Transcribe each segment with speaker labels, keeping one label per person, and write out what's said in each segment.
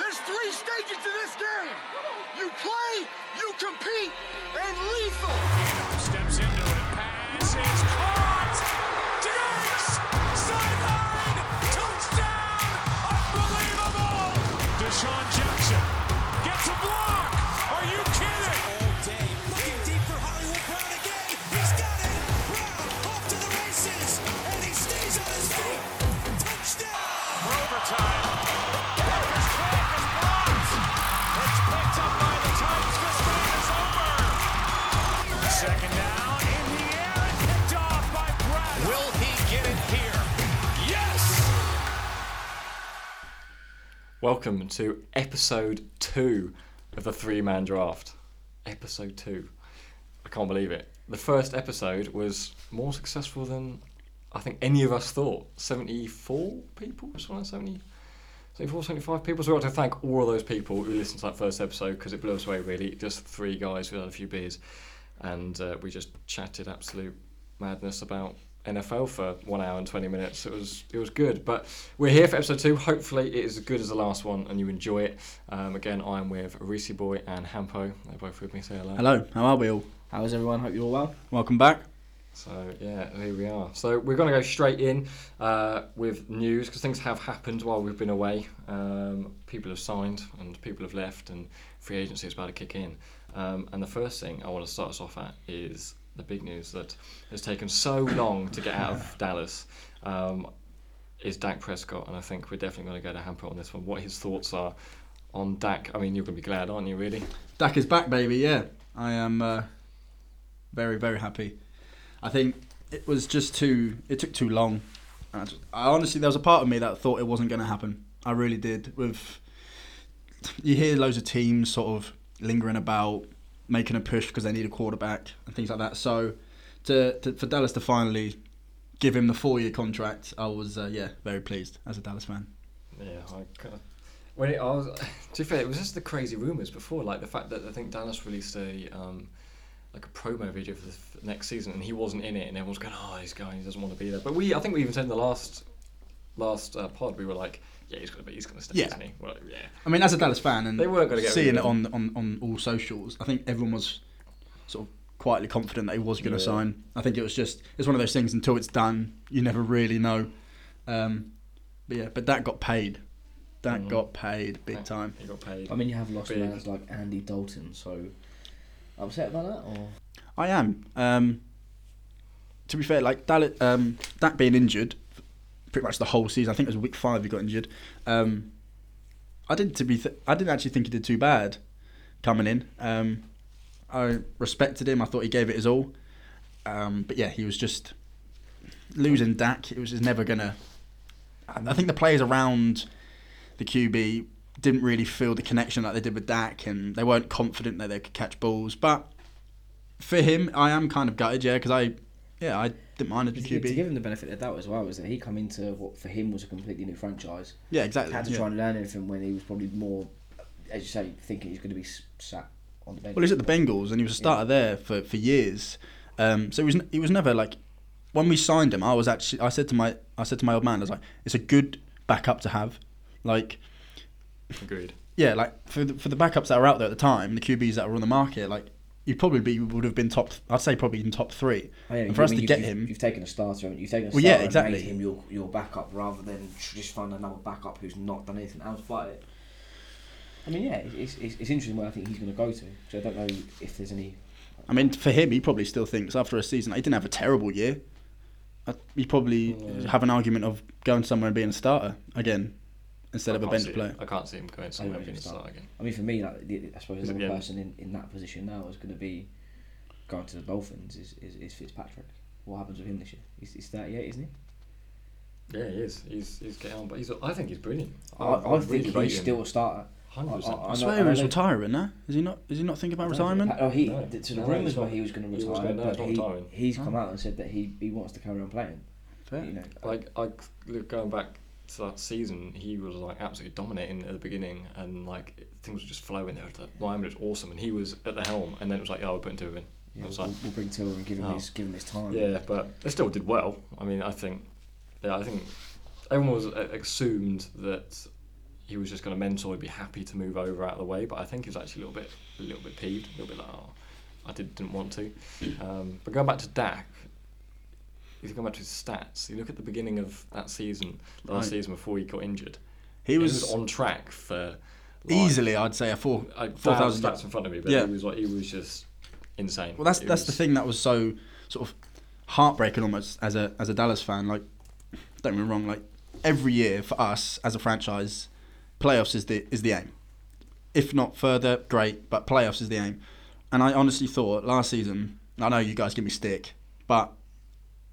Speaker 1: three stages to this game. You play, you compete, and lethal.
Speaker 2: Steps into it. Pass is caught. Diggs! Sideline! Touchdown! Unbelievable! Deshaun Jackson gets a block. Are you kidding?
Speaker 3: all day. Looking deep for Hollywood Brown again. He's got it. Brown off to the races, and he stays on his feet. Touchdown!
Speaker 2: For overtime. Marcus Clark is blocked. It's picked up by the Titans. This game is over. Second down in the air and picked off by Brad. Will he get it here? Yes!
Speaker 4: Welcome to episode two of the three man draft. Episode two. I can't believe it. The first episode was more successful than I think any of us thought. 74 people? Something like 70, 74, 75 people. So we want to thank all of those people who listened to that first episode because it blew us away, really. Just three guys who had a few beers and uh, we just chatted absolute madness about NFL for one hour and 20 minutes. It was it was good. But we're here for episode two. Hopefully, it is as good as the last one and you enjoy it. Um, again, I'm with Reese Boy and Hampo. They're both with me. Say hello.
Speaker 5: Hello, how are we all?
Speaker 6: How's everyone? Hope you're all well.
Speaker 5: Welcome back.
Speaker 4: So yeah, here we are. So we're going to go straight in uh, with news because things have happened while we've been away. Um, people have signed and people have left, and free agency is about to kick in. Um, and the first thing I want to start us off at is the big news that has taken so long to get out of Dallas. Um, is Dak Prescott, and I think we're definitely going to go to Hamper on this one. What his thoughts are on Dak? I mean, you're going to be glad, aren't you? Really?
Speaker 5: Dak is back, baby. Yeah, I am uh, very, very happy. I think it was just too. It took too long. And I, just- I honestly, there was a part of me that thought it wasn't going to happen. I really did. With you hear loads of teams sort of lingering about making a push because they need a quarterback and things like that. So to, to for Dallas to finally give him the four-year contract, I was uh, yeah very pleased as a Dallas fan.
Speaker 4: Yeah, I kind of. When it, I was, to be fair, it was just the crazy rumors before, like the fact that I think Dallas released a um, like a promo video for the f- next season, and he wasn't in it, and everyone's going, "Oh, he's going, he doesn't want to be there." But we, I think we even said in the last last uh, pod, we were like, "Yeah, he's gonna be, he's gonna stay,
Speaker 5: Yeah.
Speaker 4: isn't he?" Well, yeah,
Speaker 5: I mean, as a Dallas fan, and
Speaker 4: They weren't gonna get rid
Speaker 5: seeing it
Speaker 4: of
Speaker 5: on, on, on all socials. I think everyone was sort of quietly confident that he was going to
Speaker 4: Yeah.
Speaker 5: sign. I think it was just it's one of those things until it's done, you never really know. Um, but yeah, but that got paid. That
Speaker 4: Mm.
Speaker 5: got paid big time.
Speaker 4: he got paid.
Speaker 6: I mean, you have lost
Speaker 4: Big.
Speaker 6: players like Andy Dalton, so upset about that, or
Speaker 5: I am. Um, to be fair, like Dallas, um, that being injured, pretty much the whole season. I think it was week five he got injured. Um, I didn't to be. Th- I didn't actually think he did too bad coming in. Um, I respected him. I thought he gave it his all. Um, but yeah, he was just losing Dak. It was just never gonna. I I think the players around the QB didn't really feel the connection like they did with Dak, and they weren't confident that they could catch balls. But for him, I am kind of gutted, yeah, because I, yeah, I didn't mind it
Speaker 6: to
Speaker 5: as a
Speaker 6: give, to give
Speaker 5: QB.
Speaker 6: him the benefit of the doubt as well, is that he come into what for him was a completely new franchise,
Speaker 5: Yeah, exactly.
Speaker 6: had to
Speaker 5: yeah.
Speaker 6: try and learn everything when he was probably more, as you say, thinking he's going to be s- sat on the bench.
Speaker 5: Well, he's at the Bengals, and he was a starter there for, for years. Um, so he was n- he was never like when we signed him. I was actually I said to my I said to my old man, I was like, it's a good backup to have. Like
Speaker 4: Agreed.
Speaker 5: yeah, like for the, for the backups that were out there at the time, the QBs that were on the market, like you probably be, would have been top. I'd say probably in top three.
Speaker 6: Oh, yeah,
Speaker 5: and
Speaker 6: you-
Speaker 5: for us
Speaker 6: I mean,
Speaker 5: to
Speaker 6: you-
Speaker 5: get
Speaker 6: you've-
Speaker 5: him,
Speaker 6: you've taken a starter, and you've taken a
Speaker 5: Well,
Speaker 6: starter
Speaker 5: yeah,
Speaker 6: and
Speaker 5: exactly.
Speaker 6: made him your your backup rather than tr- just find another backup who's not done anything else but it. I mean, yeah, it's, it's, it's interesting where I think he's going to go to. So I don't know if there's any
Speaker 5: I mean, for him, he probably still thinks after a season like, he didn't have a terrible year. Uh, He probably
Speaker 6: Oh,
Speaker 5: have an argument of going somewhere and being a starter again instead
Speaker 4: I
Speaker 5: of a
Speaker 4: can't
Speaker 5: bench
Speaker 4: see-
Speaker 5: player.
Speaker 4: I can't see him going somewhere
Speaker 6: know
Speaker 4: being a
Speaker 6: if Oh, he's
Speaker 4: start
Speaker 6: starting.
Speaker 4: again.
Speaker 6: I mean, for me, like, the, I suppose
Speaker 4: Is it the
Speaker 6: the one
Speaker 4: end?
Speaker 6: person in, in that position now is going to be going to the Dolphins is, is, is Fitzpatrick. What happens with him this year? He's, he's 38, isn't he?
Speaker 4: Yeah, he is. He's he's getting on, but he's. I think he's brilliant.
Speaker 6: I, I, think
Speaker 4: rate
Speaker 6: he's
Speaker 4: him.
Speaker 6: still a starter.
Speaker 4: 100%.
Speaker 5: I swear he was retiring now. Is he not? Is he not thinking about retirement?
Speaker 6: Oh, he.
Speaker 4: No.
Speaker 6: th- So the
Speaker 4: No,
Speaker 6: rumours
Speaker 4: he's
Speaker 6: were
Speaker 4: not.
Speaker 6: he was going to
Speaker 4: He was
Speaker 6: retire,
Speaker 4: gonna- no,
Speaker 6: but
Speaker 4: he's not
Speaker 6: he,
Speaker 4: retiring.
Speaker 6: he's come out and said that he, he wants to carry on playing. You know,
Speaker 4: Like I look, going back to that season, he was like absolutely dominating at the beginning, and like things were just flowing there. The lineman was awesome, and he was at the helm. And then it was like, oh, we're putting two of in.
Speaker 6: yeah,
Speaker 4: I was
Speaker 6: we'll,
Speaker 4: like,
Speaker 6: we'll bring Tiller and give him
Speaker 4: Oh.
Speaker 6: his give him his time.
Speaker 4: yeah, but they still did well. I mean, I think, yeah, I think everyone was uh, assumed that he was just going to mentor, he'd be happy to move over out of the way. But I think he was actually a little bit, a little bit peeved, a little bit like, oh, I did, didn't want to. Um, but going back to Dak, if you go back to his stats, you look at the beginning of that season, last
Speaker 5: Right.
Speaker 4: season before he got injured,
Speaker 5: He was,
Speaker 4: on track for like,
Speaker 5: easily, I'd say, a four
Speaker 4: I
Speaker 5: four thousand.
Speaker 4: stats in front of me, but
Speaker 5: Yeah.
Speaker 4: he was like, he was just insane.
Speaker 5: Well, that's
Speaker 4: It
Speaker 5: that's the
Speaker 4: was-
Speaker 5: thing that was so sort of heartbreaking almost as a as a Dallas fan. Like, don't get me wrong. Like every year for us as a franchise, playoffs is the is the aim. If not further, great. But playoffs is the aim. And I honestly thought last season. I know you guys give me stick, but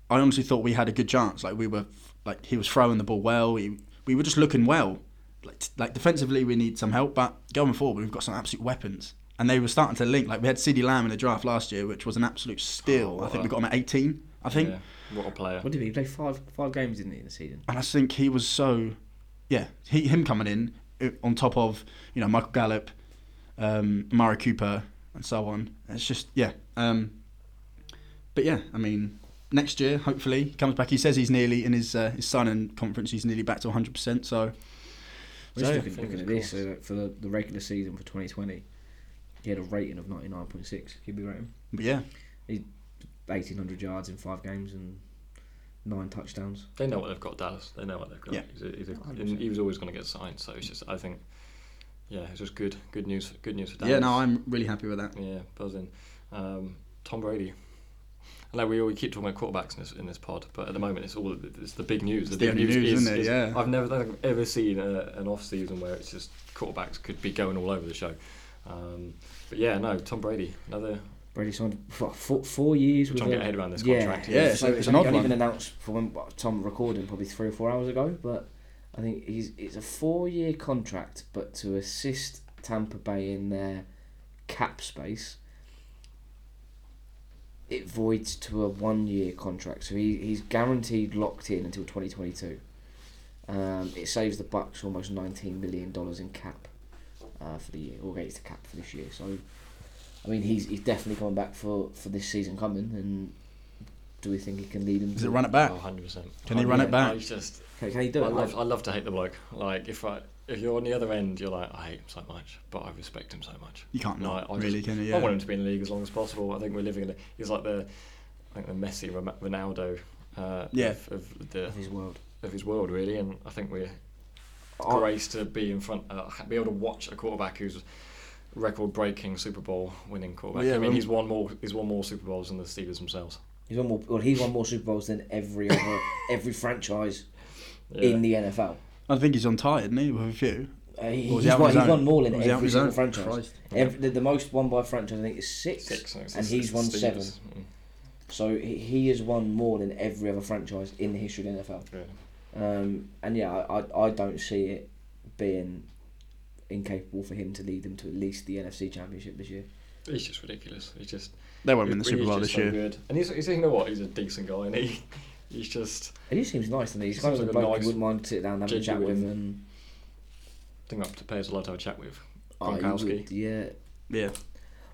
Speaker 5: I honestly thought we had a good chance. Like we were, like he was throwing the ball well. He, we were just looking well. Like, t- like defensively, we need some help, but going forward, we've got some absolute weapons. And they were starting to link. Like we had Ceedee Lamb in the draft last year, which was an absolute steal. I think we got him at 18. I think,
Speaker 4: Yeah, what a player.
Speaker 6: What did he play? Five five games, didn't he, in the season?
Speaker 5: and I think he was so, yeah, he, him coming in uh, on top of you know Michael Gallup, um, Murray Cooper, and so on. It's just yeah. Um, but yeah, I mean, next year hopefully he comes back. He says he's nearly in his uh, his signing conference. He's nearly back to 100. percent So
Speaker 6: Just
Speaker 5: So,
Speaker 6: looking, looking at
Speaker 4: fingers
Speaker 6: this uh, for the, the regular season for 2020, he had a rating of 99.6 QB rating,
Speaker 5: but yeah,
Speaker 6: 1800 yards in five games and nine touchdowns.
Speaker 4: They know what they've got, Dallas. They know what they've got.
Speaker 5: Yeah.
Speaker 4: He's a- he's a-
Speaker 6: 100%.
Speaker 4: and he was always going to get signed, so it's just I think, yeah, it's just good, good news, good news for Dallas.
Speaker 5: yeah. Uh, No, I'm really happy with that.
Speaker 4: yeah, buzzing. Um, Tom Brady. I know we all keep talking about quarterbacks in this, in this pod, but at the moment it's all it's the big news.
Speaker 5: the
Speaker 4: big
Speaker 5: only news, isn't it? Yeah.
Speaker 4: I've never I don't think I've ever seen a, an off season where it's just quarterbacks could be going all over the show. Um, but yeah, no, Tom Brady, another
Speaker 6: Brady signed for four, four years.
Speaker 4: I'm
Speaker 6: with
Speaker 4: trying to
Speaker 6: a-
Speaker 4: get head around this
Speaker 6: yeah.
Speaker 4: contract.
Speaker 5: Yeah, it's-
Speaker 6: so
Speaker 5: it's
Speaker 6: it's
Speaker 5: an
Speaker 6: only,
Speaker 5: odd
Speaker 6: only
Speaker 5: one.
Speaker 6: been announced for when Tom recording probably three or four hours ago, but I think he's it's a four-year contract, but to assist Tampa Bay in their cap space, it voids to a one-year contract. So he, he's guaranteed locked in until twenty twenty-two. Um, it saves the Bucks almost nineteen million dollars in cap uh, for the year, or against the cap for this year. So, I mean, he's he's definitely coming back for, for this season coming. And do we think he can lead him?
Speaker 5: Is
Speaker 6: to-
Speaker 5: it run it back?
Speaker 4: oh, 100 percent.
Speaker 5: Can he run it back?
Speaker 4: just
Speaker 6: Can, can he do
Speaker 4: I
Speaker 6: it?
Speaker 4: love, I love to hate the bloke. Like if I, if you're on the other end, you're like, I hate him so much, but I respect him so much.
Speaker 5: You can't
Speaker 4: I-
Speaker 5: not,
Speaker 4: I
Speaker 5: really,
Speaker 4: just-
Speaker 5: can you? Yeah.
Speaker 4: I want him to be in the league as long as possible. I think we're living in. A, he's like the, I think the Messi, Ron- Ronaldo, uh,
Speaker 5: Yeah.
Speaker 4: of, of the
Speaker 6: of his world.
Speaker 4: of his world really, and I think we're
Speaker 5: Oh.
Speaker 6: I-
Speaker 4: graced to be in front, uh, be able to watch a quarterback who's record-breaking Super Bowl winning quarterback.
Speaker 5: Well, yeah,
Speaker 4: I mean,
Speaker 5: well-
Speaker 4: he's won more. He's won more Super Bowls than the Steelers themselves.
Speaker 6: He's won more. Well, he's won more Super Bowls than every other every franchise
Speaker 4: Yeah.
Speaker 6: in the NFL.
Speaker 5: I think he's on tie, isn't he? With a few.
Speaker 6: Uh, he-
Speaker 5: Or was he
Speaker 6: he's
Speaker 5: out on
Speaker 6: won,
Speaker 5: his
Speaker 6: he's won
Speaker 5: own?
Speaker 6: more than
Speaker 5: Or was he out on
Speaker 6: every
Speaker 5: his
Speaker 6: single
Speaker 5: own?
Speaker 6: franchise.
Speaker 5: Christ.
Speaker 6: Every, the, the most won by a franchise, I think, is six,
Speaker 4: Six, it's-
Speaker 6: and
Speaker 4: it's
Speaker 6: he's
Speaker 4: the
Speaker 6: won
Speaker 4: Steelers.
Speaker 6: seven.
Speaker 4: Mm,
Speaker 6: So he, he has won more than every other franchise in the history of the NFL.
Speaker 4: yeah.
Speaker 6: Um, and yeah, I, I I don't see it being incapable for him to lead them to at least the NFC Championship this year.
Speaker 4: He's just ridiculous. He's just
Speaker 5: They won't win the
Speaker 4: He's
Speaker 5: Super Bowl
Speaker 4: just
Speaker 5: this year.
Speaker 4: so Good. And he's, he's, you know what? He's a decent guy, and he, he's just
Speaker 6: He just seems nice to me. He's kind of
Speaker 4: Seems
Speaker 6: the
Speaker 4: like a
Speaker 6: bloke
Speaker 4: nice,
Speaker 6: you wouldn't mind sitting down and having a chat with.
Speaker 4: genuine
Speaker 6: And
Speaker 4: I think up to pay us a lot to have a chat with.
Speaker 6: I
Speaker 4: Gronkowski.
Speaker 6: Oh, would- yeah.
Speaker 5: Yeah.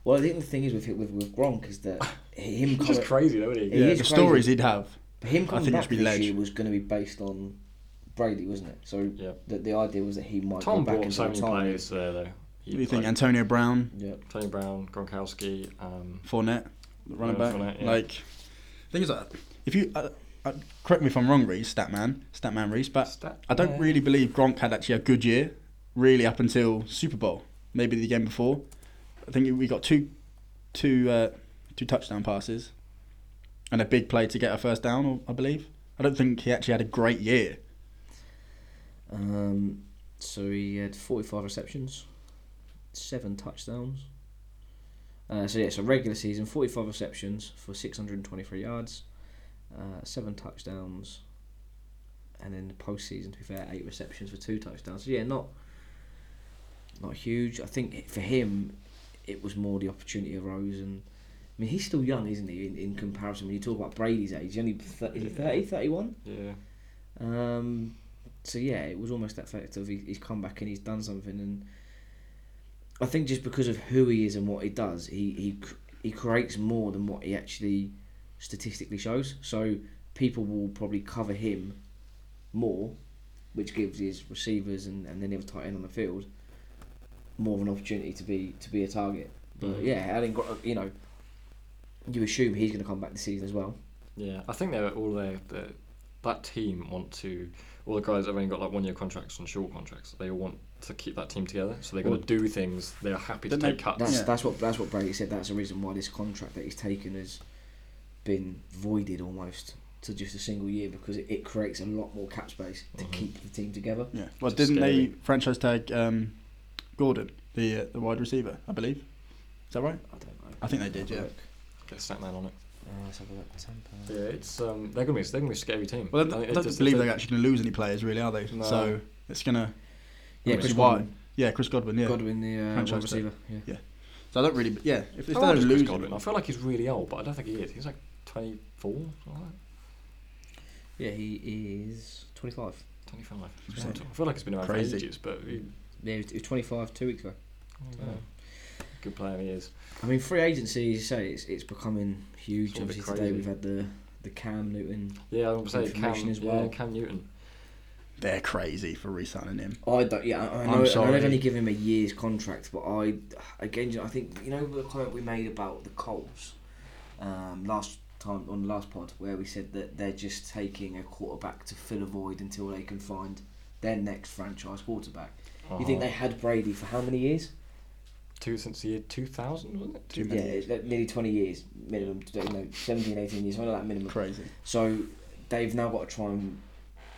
Speaker 6: Well, I think the thing is with with, with Gronk is that him
Speaker 4: He's just
Speaker 6: coming,
Speaker 4: crazy, though, isn't he?
Speaker 6: He
Speaker 5: yeah. The
Speaker 6: is crazy.
Speaker 5: stories he'd have.
Speaker 6: him coming
Speaker 5: think it
Speaker 6: back
Speaker 5: should be
Speaker 6: this
Speaker 5: Ledge.
Speaker 6: year was going to be based on Brady, wasn't it? So
Speaker 4: Yeah.
Speaker 6: the, the idea was that he might
Speaker 4: Tom
Speaker 6: go back
Speaker 4: brought
Speaker 6: into
Speaker 4: so many
Speaker 6: retirement.
Speaker 4: players there, though. He,
Speaker 5: What do you think?
Speaker 4: like,
Speaker 5: Antonio Brown,
Speaker 6: Yeah.
Speaker 4: Tony Brown, Gronkowski. Um,
Speaker 5: Fournette, the running
Speaker 4: Yeah,
Speaker 5: back.
Speaker 4: Fournette, yeah.
Speaker 5: Like, thing is, uh, if you uh, uh, correct me if I'm wrong, Reese, Statman, Statman Reese, but
Speaker 4: Stat-
Speaker 5: I don't
Speaker 4: yeah.
Speaker 5: really believe Gronk had actually a good year, really up until Super Bowl, maybe the game before. I think we got two, two, uh, two touchdown passes, and a big play to get a first down. or- I believe. I don't think he actually had a great year.
Speaker 6: Um, so he had 45 receptions, seven touchdowns. Uh, so yeah, so regular season, 45 receptions for 623 yards, uh, seven touchdowns, and then the postseason, to be fair, eight receptions for two touchdowns. So yeah, not not huge. I think it- for him, it was more the opportunity arose, and I mean he's still young, isn't he? In, in comparison, when you talk about Brady's age, he's only 30, is he 30, 31?
Speaker 4: yeah.
Speaker 6: Um, so yeah, it was almost that fact of he, he's come back and he's done something, and I think just because of who he is and what he does, he he cr- he creates more than what he actually statistically shows. So people will probably cover him more which gives his receivers and, and then the other tight end on the field more of an opportunity to be to be a target. But yeah, Allen, Gro- you know, you assume he's going to come back this season as well.
Speaker 4: Yeah, I think they're all their, their that team want to all the guys that have only got like one year contracts and short contracts. They all want to keep that team together, so they're going
Speaker 5: Well-
Speaker 4: to do things. They're happy to
Speaker 5: Then they-
Speaker 4: take cuts.
Speaker 6: That's
Speaker 5: Yeah.
Speaker 6: that's what that's what Brady said. That's the reason why this contract that he's taken has been voided almost to just a single year because it, it creates a lot more cap space to keep the team together.
Speaker 5: Yeah. Well,
Speaker 4: It's
Speaker 5: didn't
Speaker 4: scary.
Speaker 5: they franchise tag um, Gordon, the uh, the wide receiver, I believe? Is that right?
Speaker 6: I don't know.
Speaker 5: I think they did,
Speaker 6: Have a
Speaker 5: yeah.
Speaker 6: look.
Speaker 4: Get Snapman on it.
Speaker 6: Uh, let's have a look. Tampa.
Speaker 4: Yeah, it's um, they're going to be they're going to be a scary team.
Speaker 5: Well, I
Speaker 4: I
Speaker 5: don't,
Speaker 4: think
Speaker 5: I
Speaker 4: it
Speaker 5: don't
Speaker 4: does-
Speaker 5: believe
Speaker 4: they-
Speaker 5: they're actually going to lose any players, really, are they?
Speaker 4: No.
Speaker 5: So it's going to.
Speaker 6: Yeah,
Speaker 5: which
Speaker 6: Chris
Speaker 5: is why.
Speaker 6: Godwin.
Speaker 5: Yeah, Chris Godwin. Yeah.
Speaker 6: Godwin, the uh,
Speaker 5: Franchise
Speaker 6: wide receiver. Yeah.
Speaker 5: So I don't really. Yeah, if, if
Speaker 4: How
Speaker 5: they're
Speaker 4: old is Chris
Speaker 5: losing,
Speaker 4: Godwin? I feel like he's really old, but I don't think he is. He's like 24, something like that.
Speaker 6: yeah, he is 25.
Speaker 4: 25.
Speaker 5: Just
Speaker 4: I feel like he's been around
Speaker 5: crazy.
Speaker 4: for ages, but he,
Speaker 6: Yeah, he was he was 25 two weeks ago.
Speaker 4: yeah, good player he is.
Speaker 6: I mean, free agency, as you say, it's, it's becoming huge.
Speaker 4: It's all a bit
Speaker 6: Obviously, today
Speaker 4: crazy.
Speaker 6: we've had the, the Cam Newton.
Speaker 4: Yeah, I would say
Speaker 6: Information
Speaker 4: Cam,
Speaker 6: as
Speaker 4: as
Speaker 6: well.
Speaker 4: well. Cam Newton.
Speaker 5: they're crazy for re-signing him.
Speaker 6: I don't. Yeah, I, I
Speaker 5: I'm
Speaker 6: know. I know
Speaker 5: sorry.
Speaker 6: they've only given him a year's contract, but I again, I think you know the comment we made about the Colts um, last time on the last pod, where we said that they're just taking a quarterback to fill a void until they can find their next franchise quarterback. You think
Speaker 4: Uh-huh.
Speaker 6: they had Brady for how many years?
Speaker 4: Two since the year 2000, wasn't it?
Speaker 5: Too
Speaker 6: Yeah,
Speaker 5: many.
Speaker 6: it's like nearly twenty years minimum. You know, 17, 18 years, something like that minimum.
Speaker 5: Crazy.
Speaker 6: So they've now got to try and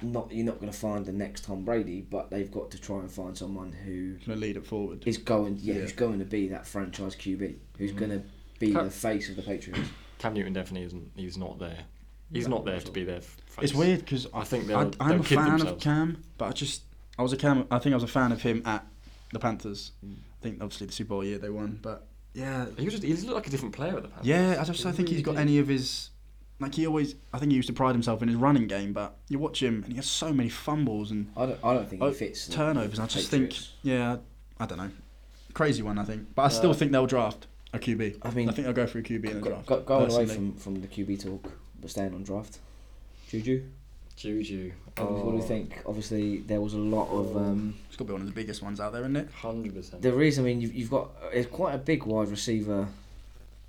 Speaker 6: not you're not going to find the next Tom Brady, but they've got to try and find someone who
Speaker 5: Going to lead it forward.
Speaker 6: is going yeah,
Speaker 5: Yeah. Mm.
Speaker 6: who's going to be that franchise QB who's going to be
Speaker 4: Cut.
Speaker 6: the face of the Patriots.
Speaker 4: Cam Newton definitely isn't. He's not there. He's not there to be there. Face.
Speaker 5: It's weird because I,
Speaker 4: I think
Speaker 5: think
Speaker 4: they'll-
Speaker 5: I, I'm
Speaker 4: they'll
Speaker 5: a
Speaker 4: kid
Speaker 5: fan of
Speaker 4: themselves.
Speaker 5: Cam, but I just I was a Cam. I think I was a fan of him at the Panthers.
Speaker 4: Mm.
Speaker 5: I think obviously the Super Bowl year they won, but yeah,
Speaker 4: He was just, he looked like a different player at the Panthers.
Speaker 5: yeah. I just don't think he's got any of his. Like he always, I think he used to pride himself in his running game, but you watch him and he has so many fumbles and
Speaker 6: I don't I don't think
Speaker 5: oh,
Speaker 6: it fits the
Speaker 5: turnovers. And I just think,
Speaker 6: Patriots.
Speaker 5: yeah, I don't know, crazy one I think, but I still
Speaker 4: Uh,
Speaker 5: think they'll draft a QB.
Speaker 6: I mean-
Speaker 5: I think they'll go for a QB in a
Speaker 6: Go-
Speaker 5: draft.
Speaker 6: go- going away
Speaker 5: personally.
Speaker 6: from, from the QB talk, but staying on draft. Juju,
Speaker 4: Juju. Oh,
Speaker 6: what do we-
Speaker 5: Oh.
Speaker 6: what do you think? Obviously, there was a lot of. Um,
Speaker 5: it's got to be one of the biggest ones out there, isn't it?
Speaker 4: Hundred percent.
Speaker 6: there is, I mean, you've, you've got it's quite a big wide receiver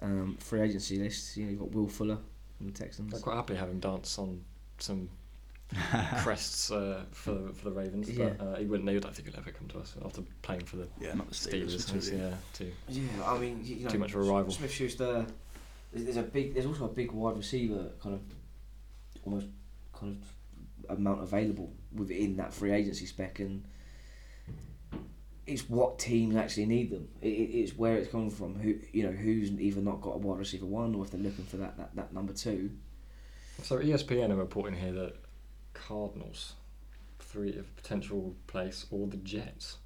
Speaker 6: um, free agency list. You know, you've got Will Fuller from the Texans.
Speaker 4: I'm quite happy having dance on some crests uh, for for the Ravens,
Speaker 6: Yeah.
Speaker 4: but uh, he wouldn't. I don't think he'll ever come to us after playing for the
Speaker 5: Yeah, not the Steelers.
Speaker 4: Steelers.
Speaker 5: it's
Speaker 4: He's,
Speaker 5: really-
Speaker 4: yeah, too.
Speaker 6: Yeah, I mean, you you know,
Speaker 4: Too much of a rival.
Speaker 6: Smith Schuster. There's a big. There's also a big wide receiver kind of, almost kind of amount available within that free agency spec, and it's what teams actually need them. It, it, it's where it's coming from. Who you know who's either not got a wide receiver one, or if they're looking for that that, that number two.
Speaker 4: So E ESPN are reporting here that Cardinals, three of potential place, or the Jets.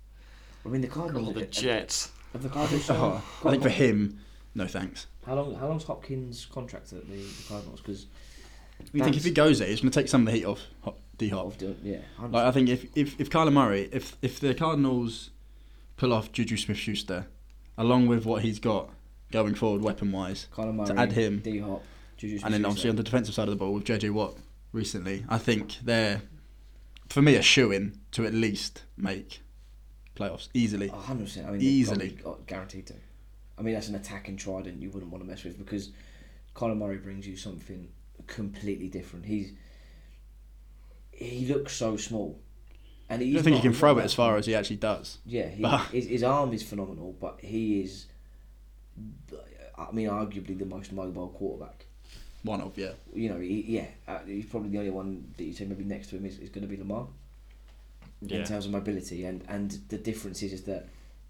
Speaker 6: I mean, the Cardinals.
Speaker 4: Or the
Speaker 6: have-
Speaker 4: Jets.
Speaker 6: Have the Cardinals.
Speaker 5: Oh, I think for him, no thanks.
Speaker 6: How long? How long's Hopkins' contract at the, the Cardinals? Because
Speaker 5: You think if he goes there, he's going to take some of the heat off Hop- D Hop.
Speaker 6: yeah, I'm-
Speaker 5: Like I think if if if Kyler Murray, if if the Cardinals pull off Juju Smith-Schuster, along with what he's got going forward weapon wise,
Speaker 6: Kyler Murray,
Speaker 5: add him.
Speaker 6: D Hop, Juju
Speaker 5: and then obviously on the defensive side of the ball with JJ Watt recently, I think they're for me a shoe in to at least make playoffs easily.
Speaker 6: hundred percent. I mean,
Speaker 5: Easily.
Speaker 6: easily guaranteed to. I mean, that's an attacking trident you wouldn't want to mess with because Colin Murray brings you something completely different. He's he looks so small, and
Speaker 5: I
Speaker 6: he.
Speaker 5: don't think he can throw it as far as he actually does.
Speaker 6: Yeah, he, his, his arm is phenomenal, but he is. I mean, arguably the most mobile quarterback.
Speaker 5: One of yeah.
Speaker 6: You know, he, yeah, uh, he's probably the only one that you say maybe next to him is, is going to be Lamar. in
Speaker 4: Yeah.
Speaker 6: terms of mobility and and the difference is, is that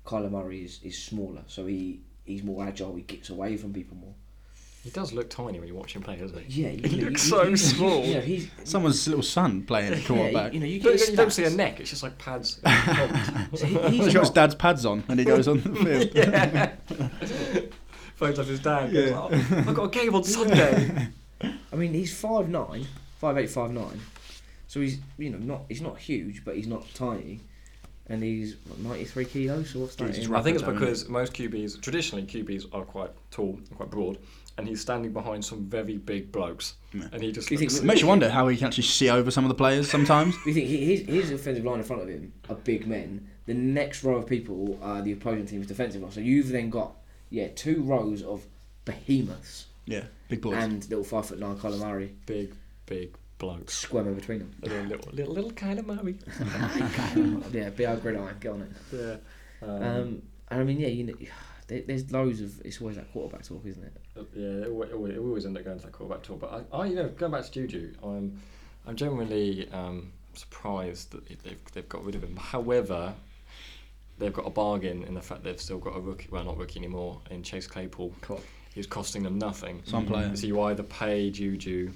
Speaker 6: Kyler Murray is, is smaller so he he's more agile he gets away from people more
Speaker 4: He does look tiny when you watch him play, doesn't he?
Speaker 6: yeah
Speaker 4: He looks so small.
Speaker 6: you know he's
Speaker 5: Someone's little son playing at
Speaker 6: yeah,
Speaker 5: quarterback.
Speaker 6: you, you know you
Speaker 4: You don't,
Speaker 6: get
Speaker 4: you don't
Speaker 6: stats.
Speaker 4: see a neck. It's just like pads. and
Speaker 6: So he-
Speaker 5: He's
Speaker 6: he's
Speaker 5: got his
Speaker 6: not,
Speaker 5: dad's pads on when he goes on the field.
Speaker 4: yeah. Photos of his dad. goes,
Speaker 5: Yeah.
Speaker 4: "Oh, I've got a game on Sunday.
Speaker 6: I mean he's 5'9 5'8 5'9 so he's you know not he's not huge but he's not tiny and he's what, 93 kilos. So what's that?
Speaker 5: Jesus,
Speaker 6: in-
Speaker 5: right.
Speaker 4: I think it's
Speaker 5: Rapid, I mean.
Speaker 4: because most QBs, traditionally QBs are quite tall and quite broad, and he's standing behind some very big blokes, and he just
Speaker 6: Do you think
Speaker 4: looks-
Speaker 5: It makes you wonder how he can actually see over some of the players sometimes.
Speaker 6: You think he- his, his offensive line in front of him are big men. The next row of people are the opposing team's defensive line. So you've then got yeah two rows of behemoths
Speaker 5: yeah, big boys.
Speaker 6: and little five foot nine Colin Murray
Speaker 4: big, big blokes.
Speaker 6: squirming between them.
Speaker 4: And then little, little, little kind of Murray.
Speaker 6: yeah, be our gridiron, get on it.
Speaker 4: Yeah.
Speaker 6: Um, and I mean yeah, you know, there, there's loads of it's always that quarterback talk, isn't it?
Speaker 4: Yeah, it, alwa- it, alwa- it always end up going to that quarterback talk. But I, I, you know, going back to Juju, I'm, I'm genuinely um, surprised that it- they've they've got rid of him. However, they've got a bargain in the fact they've still got a rookie, well, not rookie anymore, in Chase Claypool.
Speaker 5: Cool. Mm-hmm.
Speaker 4: He's costing them nothing.
Speaker 5: Some player.
Speaker 4: So you either pay Juju.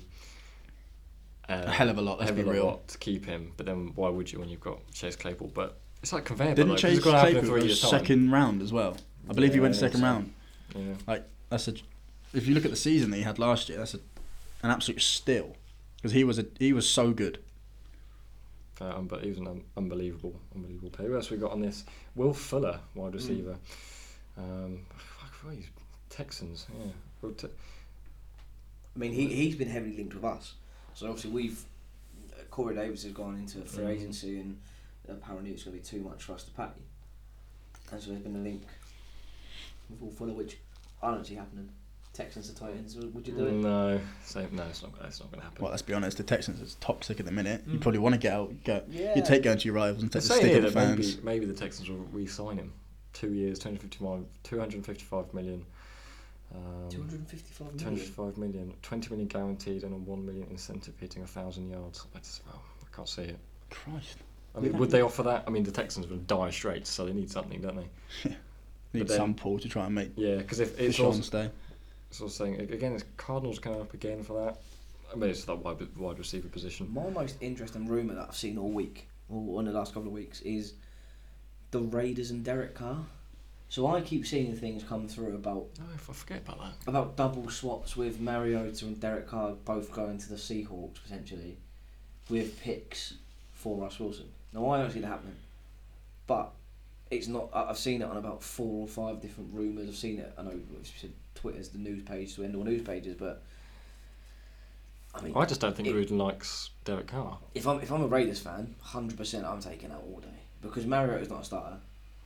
Speaker 4: Uh,
Speaker 5: A hell of a lot, let's
Speaker 4: hell
Speaker 5: be
Speaker 4: of a
Speaker 5: real.
Speaker 4: lot to keep him, but then why would you when you've got Chase Claypool? But it's like conveyor
Speaker 5: Didn't
Speaker 4: belt.
Speaker 5: Chase
Speaker 4: like,
Speaker 5: Claypool
Speaker 4: three
Speaker 5: go
Speaker 4: years
Speaker 5: second round as well? I believe he
Speaker 4: Yeah,
Speaker 5: went
Speaker 4: I
Speaker 5: second
Speaker 4: think so.
Speaker 5: round.
Speaker 4: Time. Yeah.
Speaker 5: Like that's a, if you look at the season that he had last year, that's a, an absolute steal because he was a he was so good.
Speaker 4: Uh, um, but he was an un- unbelievable, unbelievable player. Who else we got on this? Will Fuller,
Speaker 6: Hmm.
Speaker 4: wide receiver. Um, fuck, who are these Texans. Yeah. Well, Te-
Speaker 6: I mean, he he's been heavily linked with us, so obviously we've uh, Corey Davis has gone into free
Speaker 7: Mm.
Speaker 4: Mhm.
Speaker 6: agency, and apparently it's going to be too much for us to pay, and so there's been a link with all Fuller, which I don't see happening. Texans to Titans, w- would you do
Speaker 7: Mm.
Speaker 6: it?
Speaker 4: no, so, no, it's not. It's not going to happen.
Speaker 5: Well, let's be honest, the Texans is toxic at the minute. You probably want to get out. Go,
Speaker 6: Yeah.
Speaker 5: You take going to your rivals and
Speaker 4: They're
Speaker 5: take the
Speaker 4: Mm. saying
Speaker 5: stick
Speaker 4: here
Speaker 5: of the
Speaker 4: that
Speaker 5: fans.
Speaker 4: maybe, maybe the Texans will re-sign him. Two years, 255, 255 million. Um,
Speaker 6: Two hundred and fifty-five million.
Speaker 4: 255 million, 20 million guaranteed, and a 1 million incentive hitting 1,000 yards. I just, well, I can't see it.
Speaker 5: Christ,
Speaker 4: I mean, would they offer that? I mean, the Texans will die straight, so they need something, don't they?
Speaker 5: need
Speaker 4: then-
Speaker 5: some pull to try and make
Speaker 4: Yeah, because if it's
Speaker 5: Deshaun
Speaker 4: also,
Speaker 5: stay.
Speaker 4: sort of saying a- again, it's Cardinals going up again for that. I mean, it's that wide, wide receiver position.
Speaker 7: My most interesting rumour that I've seen all week, or in the last couple of weeks, is the Raiders and Derek Carr. So I keep seeing things come through about
Speaker 4: No, I f- I forget about that.
Speaker 7: about double swaps with Mariota and Derek Carr both going to the Seahawks potentially, with picks for Russ Wilson. Now I don't see that happening, but it's not. I- I've seen it on about four or five different rumours. I've seen it. I know we've said Twitter's the news page to end all news pages, but I mean,
Speaker 4: I just don't think
Speaker 7: It-
Speaker 4: Gruden likes Derek Carr.
Speaker 7: if I'm if I'm a Raiders fan, hundred percent, I'm taking out all day because Mariota's not a starter.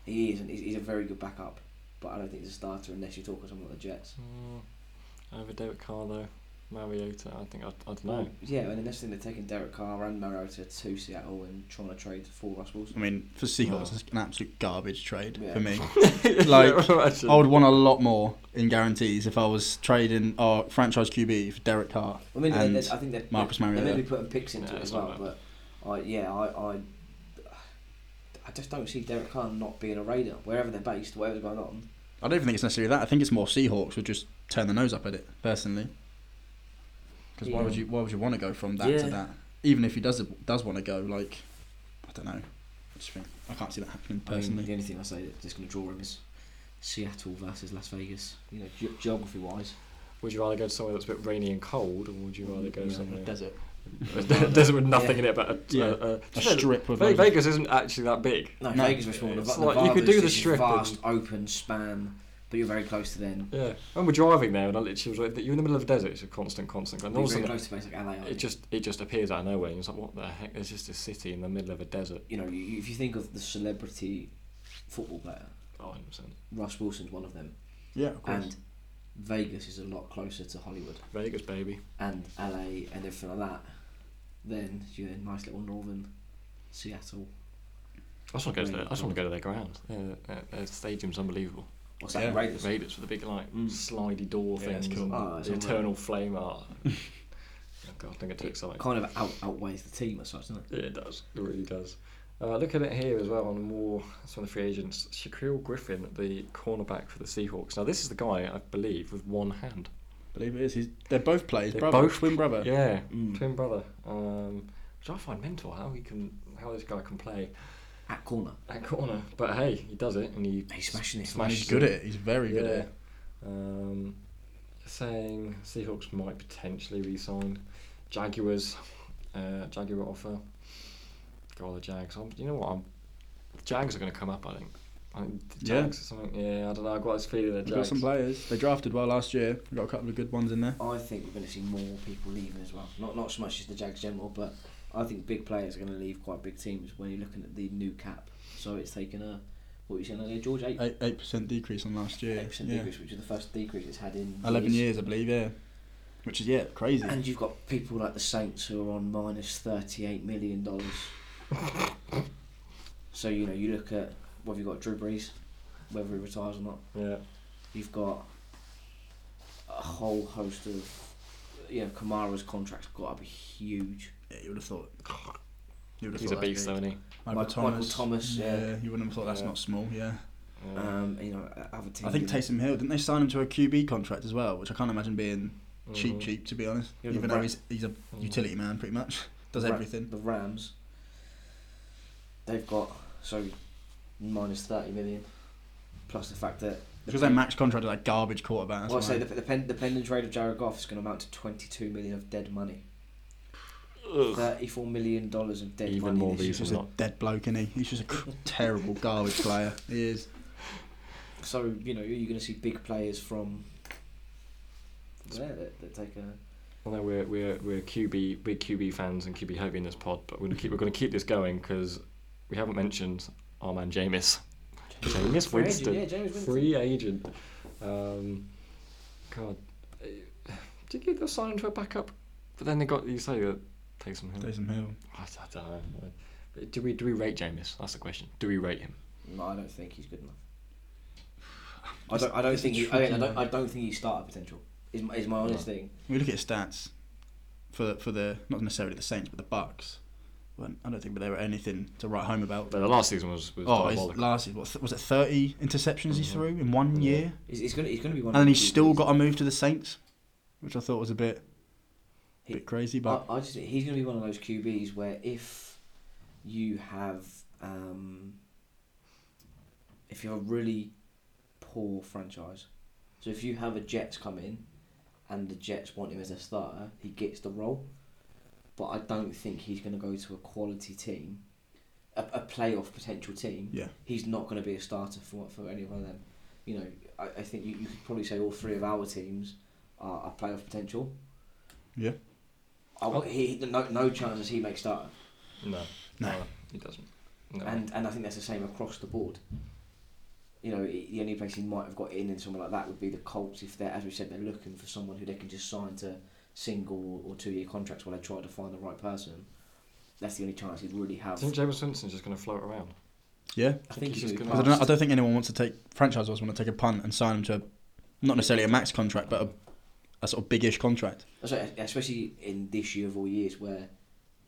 Speaker 7: He isn't. He's, he's a very good backup, but I don't think he's a starter unless you talk to someone like the Jets.
Speaker 4: Mm, over Derek Carr though, Mariota. I think I, I don't know.
Speaker 7: Yeah, and the next thing they're taking Derek Carr and Mariota to Seattle and trying to trade for Russ
Speaker 5: I
Speaker 7: Wilson.
Speaker 5: mean, for Seahawks,
Speaker 4: Wow.
Speaker 5: it's an absolute garbage trade
Speaker 7: Yeah.
Speaker 5: for me.
Speaker 4: Yeah,
Speaker 5: Like,
Speaker 4: imagine.
Speaker 5: I would want a lot more in guarantees if I was trading our franchise QB for Derek Carr.
Speaker 7: I mean, they
Speaker 5: and
Speaker 7: they I think they're
Speaker 5: Marcus
Speaker 7: they're
Speaker 5: Mariota.
Speaker 7: maybe putting picks into
Speaker 4: Yeah,
Speaker 7: it
Speaker 4: it's
Speaker 7: as
Speaker 4: not
Speaker 7: well, but I yeah, I, I I just don't see Derek Carr not being a Raider wherever they're based, whatever's going on.
Speaker 5: I don't even think it's necessarily that. I think it's more Seahawks would just turn their nose up at it personally. Because why
Speaker 7: Yeah.
Speaker 5: would you why would you want to go from that
Speaker 7: Yeah.
Speaker 5: to that? Even if he does does want to go, like I don't know. I just think I can't see that happening
Speaker 6: I mean,
Speaker 5: personally.
Speaker 6: the only thing I say that's just going to draw him is Seattle versus Las Vegas. You know, ge- geography wise.
Speaker 4: Would you rather go to somewhere that's a bit rainy and cold, or would you rather go somewhere
Speaker 5: desert,
Speaker 4: desert with nothing in it but a,
Speaker 5: Yeah.
Speaker 4: a, a, um,
Speaker 5: a strip with
Speaker 4: Ve- Vegas isn't actually that big.
Speaker 7: No,
Speaker 5: No,
Speaker 7: Vegas was more the,
Speaker 4: it's
Speaker 7: the
Speaker 4: like you could
Speaker 7: Vargas
Speaker 4: do the
Speaker 7: is
Speaker 4: strip
Speaker 7: vast
Speaker 4: and-
Speaker 7: open span, but you're very close to them.
Speaker 4: Yeah, when we're driving there, and I literally was like, you're in the middle of a desert. It's a constant, constant. And all
Speaker 7: You're
Speaker 4: of a
Speaker 7: very
Speaker 4: sudden,
Speaker 7: close to places like LA. aren't
Speaker 4: it
Speaker 7: you?
Speaker 4: just it just appears out of nowhere. And it's like, what the heck? There's just a city in the middle of a desert.
Speaker 7: you know, you, if you think of the celebrity football player,
Speaker 4: Oh, 100%.
Speaker 7: Russ Wilson's one of them,
Speaker 5: yeah, of course.
Speaker 7: and Vegas is a lot closer to Hollywood
Speaker 4: Vegas, baby.
Speaker 7: and LA and everything like that. Then you're in nice little northern Seattle.
Speaker 4: I just want to go to their, I just want to go to their ground. Their, their, their uh, stadium's unbelievable.
Speaker 7: What's that?
Speaker 5: Yeah.
Speaker 7: Raiders.
Speaker 4: Raiders with the big like slidey door
Speaker 5: Yeah,
Speaker 4: things,
Speaker 5: it's cool.
Speaker 4: and
Speaker 7: Oh, it's
Speaker 4: the
Speaker 7: unreal.
Speaker 4: eternal flame art. oh God, I think it takes like
Speaker 7: Kind of out, outweighs the team as such, doesn't it?
Speaker 4: yeah, it does. It really does. Uh, look at it here as well on more some of the free agents. Shaquille Griffin, the cornerback for the Seahawks. Now this is the guy I believe with one hand.
Speaker 5: believe it is. He's, they're both players,
Speaker 4: They're
Speaker 5: brother,
Speaker 4: both-
Speaker 5: twin brother. Mm.
Speaker 4: Yeah, twin brother. Um, which I find mental how he can how this guy can play
Speaker 7: At corner.
Speaker 4: at corner. But hey, he does it and he
Speaker 7: He's smashing it.
Speaker 5: And
Speaker 4: Smashes
Speaker 5: he's good at it. He's very good at
Speaker 4: Yeah.
Speaker 5: it.
Speaker 4: Um, saying Seahawks might potentially re-sign Jaguars. Uh, Jaguar offer. Go on the Jags. I'm, you know what? I'm The Jags are going to come up, I think. I think the
Speaker 5: Yeah.
Speaker 4: Jags or something. Yeah, I don't know. I've got this feeling they're
Speaker 5: They've got
Speaker 4: Jags.
Speaker 5: some players. They drafted well last year. We've got a couple of good ones in there.
Speaker 6: I think we're going to see more people leaving as well. Not not so much as the Jags general, but I think big players are going to leave quite big teams when you're looking at the new cap. So it's taken a what you saying earlier, George, eight
Speaker 5: Eight eight percent decrease on last year.
Speaker 6: eight percent
Speaker 5: yeah.
Speaker 6: decrease, which is the first decrease it's had in
Speaker 5: Eleven years, I believe. Yeah, which is yeah crazy.
Speaker 6: And you've got people like the Saints who are on minus thirty-eight million dollars. so you know you look at whether you have got Drew Brees, whether he retires or not.
Speaker 4: Yeah.
Speaker 6: You've got a whole host of you know Kamara's contract's got to be huge.
Speaker 5: Yeah, you would have thought. You would have
Speaker 4: He's a
Speaker 5: thought
Speaker 4: beast, though,
Speaker 5: that's
Speaker 4: isn't he?
Speaker 5: big.
Speaker 6: Michael- Michael Thomas,
Speaker 5: Yeah,
Speaker 6: yeah.
Speaker 5: you wouldn't have thought that's
Speaker 4: Yeah.
Speaker 5: not small. Yeah,
Speaker 4: Yeah.
Speaker 6: Um, you know, other teams.
Speaker 5: I think Taysom Hill didn't they sign him to a QB contract as well, which I can't imagine being cheap,
Speaker 4: Mhm.
Speaker 5: cheap to be honest.
Speaker 6: Yeah,
Speaker 5: Even
Speaker 6: but
Speaker 5: though
Speaker 6: Ra-
Speaker 5: he's he's a
Speaker 4: Mm.
Speaker 5: utility man, pretty much does
Speaker 6: Ra-
Speaker 5: everything.
Speaker 6: The Rams, they've got so minus thirty million, plus the fact that the
Speaker 5: Because their max contract is like garbage quarterback. that's
Speaker 6: well, I say
Speaker 5: why.
Speaker 6: the, the, pen, the pending trade of Jared Goff is going to amount to twenty-two million of dead money, thirty-four million dollars of dead
Speaker 4: Even
Speaker 6: money.
Speaker 4: more
Speaker 6: this
Speaker 5: He's
Speaker 6: year.
Speaker 5: just a dead bloke, is he? He's just a cr- terrible garbage player. He is.
Speaker 6: So you know you're going to see big players from there that, that take a.
Speaker 4: Although we're we're we're QB big QB fans and QB heavy in this pod, but we're gonna keep we're gonna keep this going because we haven't mentioned our man Jameis, Jameis
Speaker 6: Free agent,
Speaker 4: Winston,
Speaker 6: yeah, Jameis Winston.
Speaker 4: free agent. Um, God, eh, did you give sign him to a backup? But then they got you say that Taysom Hill.
Speaker 5: Taysom Hill.
Speaker 4: I, I don't know. But Do we do we rate Jameis? That's the question. Do we rate him?
Speaker 6: No, I don't think he's good enough. I don't. I don't think. He, I, mean, I don't. I don't think he's starter potential. Is my, is my honest thing.
Speaker 5: We look at his stats for for the not necessarily the Saints but the Bucks. When I don't think they were anything to write home about.
Speaker 4: But the last season was was
Speaker 5: Oh, his
Speaker 4: diabolical. Mm-hmm.
Speaker 5: last what, was it thirty interceptions he threw in one year,
Speaker 6: He's, he's going. He's going to be
Speaker 5: and
Speaker 6: one.
Speaker 5: then
Speaker 6: of the
Speaker 5: he's still
Speaker 6: QBs.
Speaker 5: got a move to the Saints, which I thought was a bit,
Speaker 6: He-
Speaker 5: bit crazy. But
Speaker 6: I, I just think he's going to be one of those QBs where if you have um, if you're a really poor franchise, so if you have a Jets come in and the Jets want him as a starter, he gets the role. But I don't think he's going to go to a quality team, a, a playoff potential team.
Speaker 5: Yeah.
Speaker 6: he's not going to be a starter for for any one of them. You know, I, I think you, you could probably say all three of our teams are, are playoff potential.
Speaker 5: yeah,
Speaker 6: Oh, he no no chances he makes starter,
Speaker 4: No,
Speaker 5: No.
Speaker 4: he doesn't. No.
Speaker 6: and and I think that's the same across the board. You know, i- the only place he might have got in in someone like that would be the Colts if they're, as we said, they're looking for someone who they can just sign to single or, or two year contracts while they try to find the right person. That's the only chance he'd really
Speaker 4: I
Speaker 6: have.
Speaker 4: think Jameis Winston's just gonna float around.
Speaker 5: yeah.
Speaker 6: I think he's
Speaker 4: gonna
Speaker 6: going
Speaker 5: I
Speaker 4: be
Speaker 5: don't, know- I
Speaker 6: to.
Speaker 5: don't think anyone wants to take franchise wants want to take a punt and sign him to, a, not necessarily a max contract, but a, a sort of big-ish contract.
Speaker 6: Especially in this year of all years where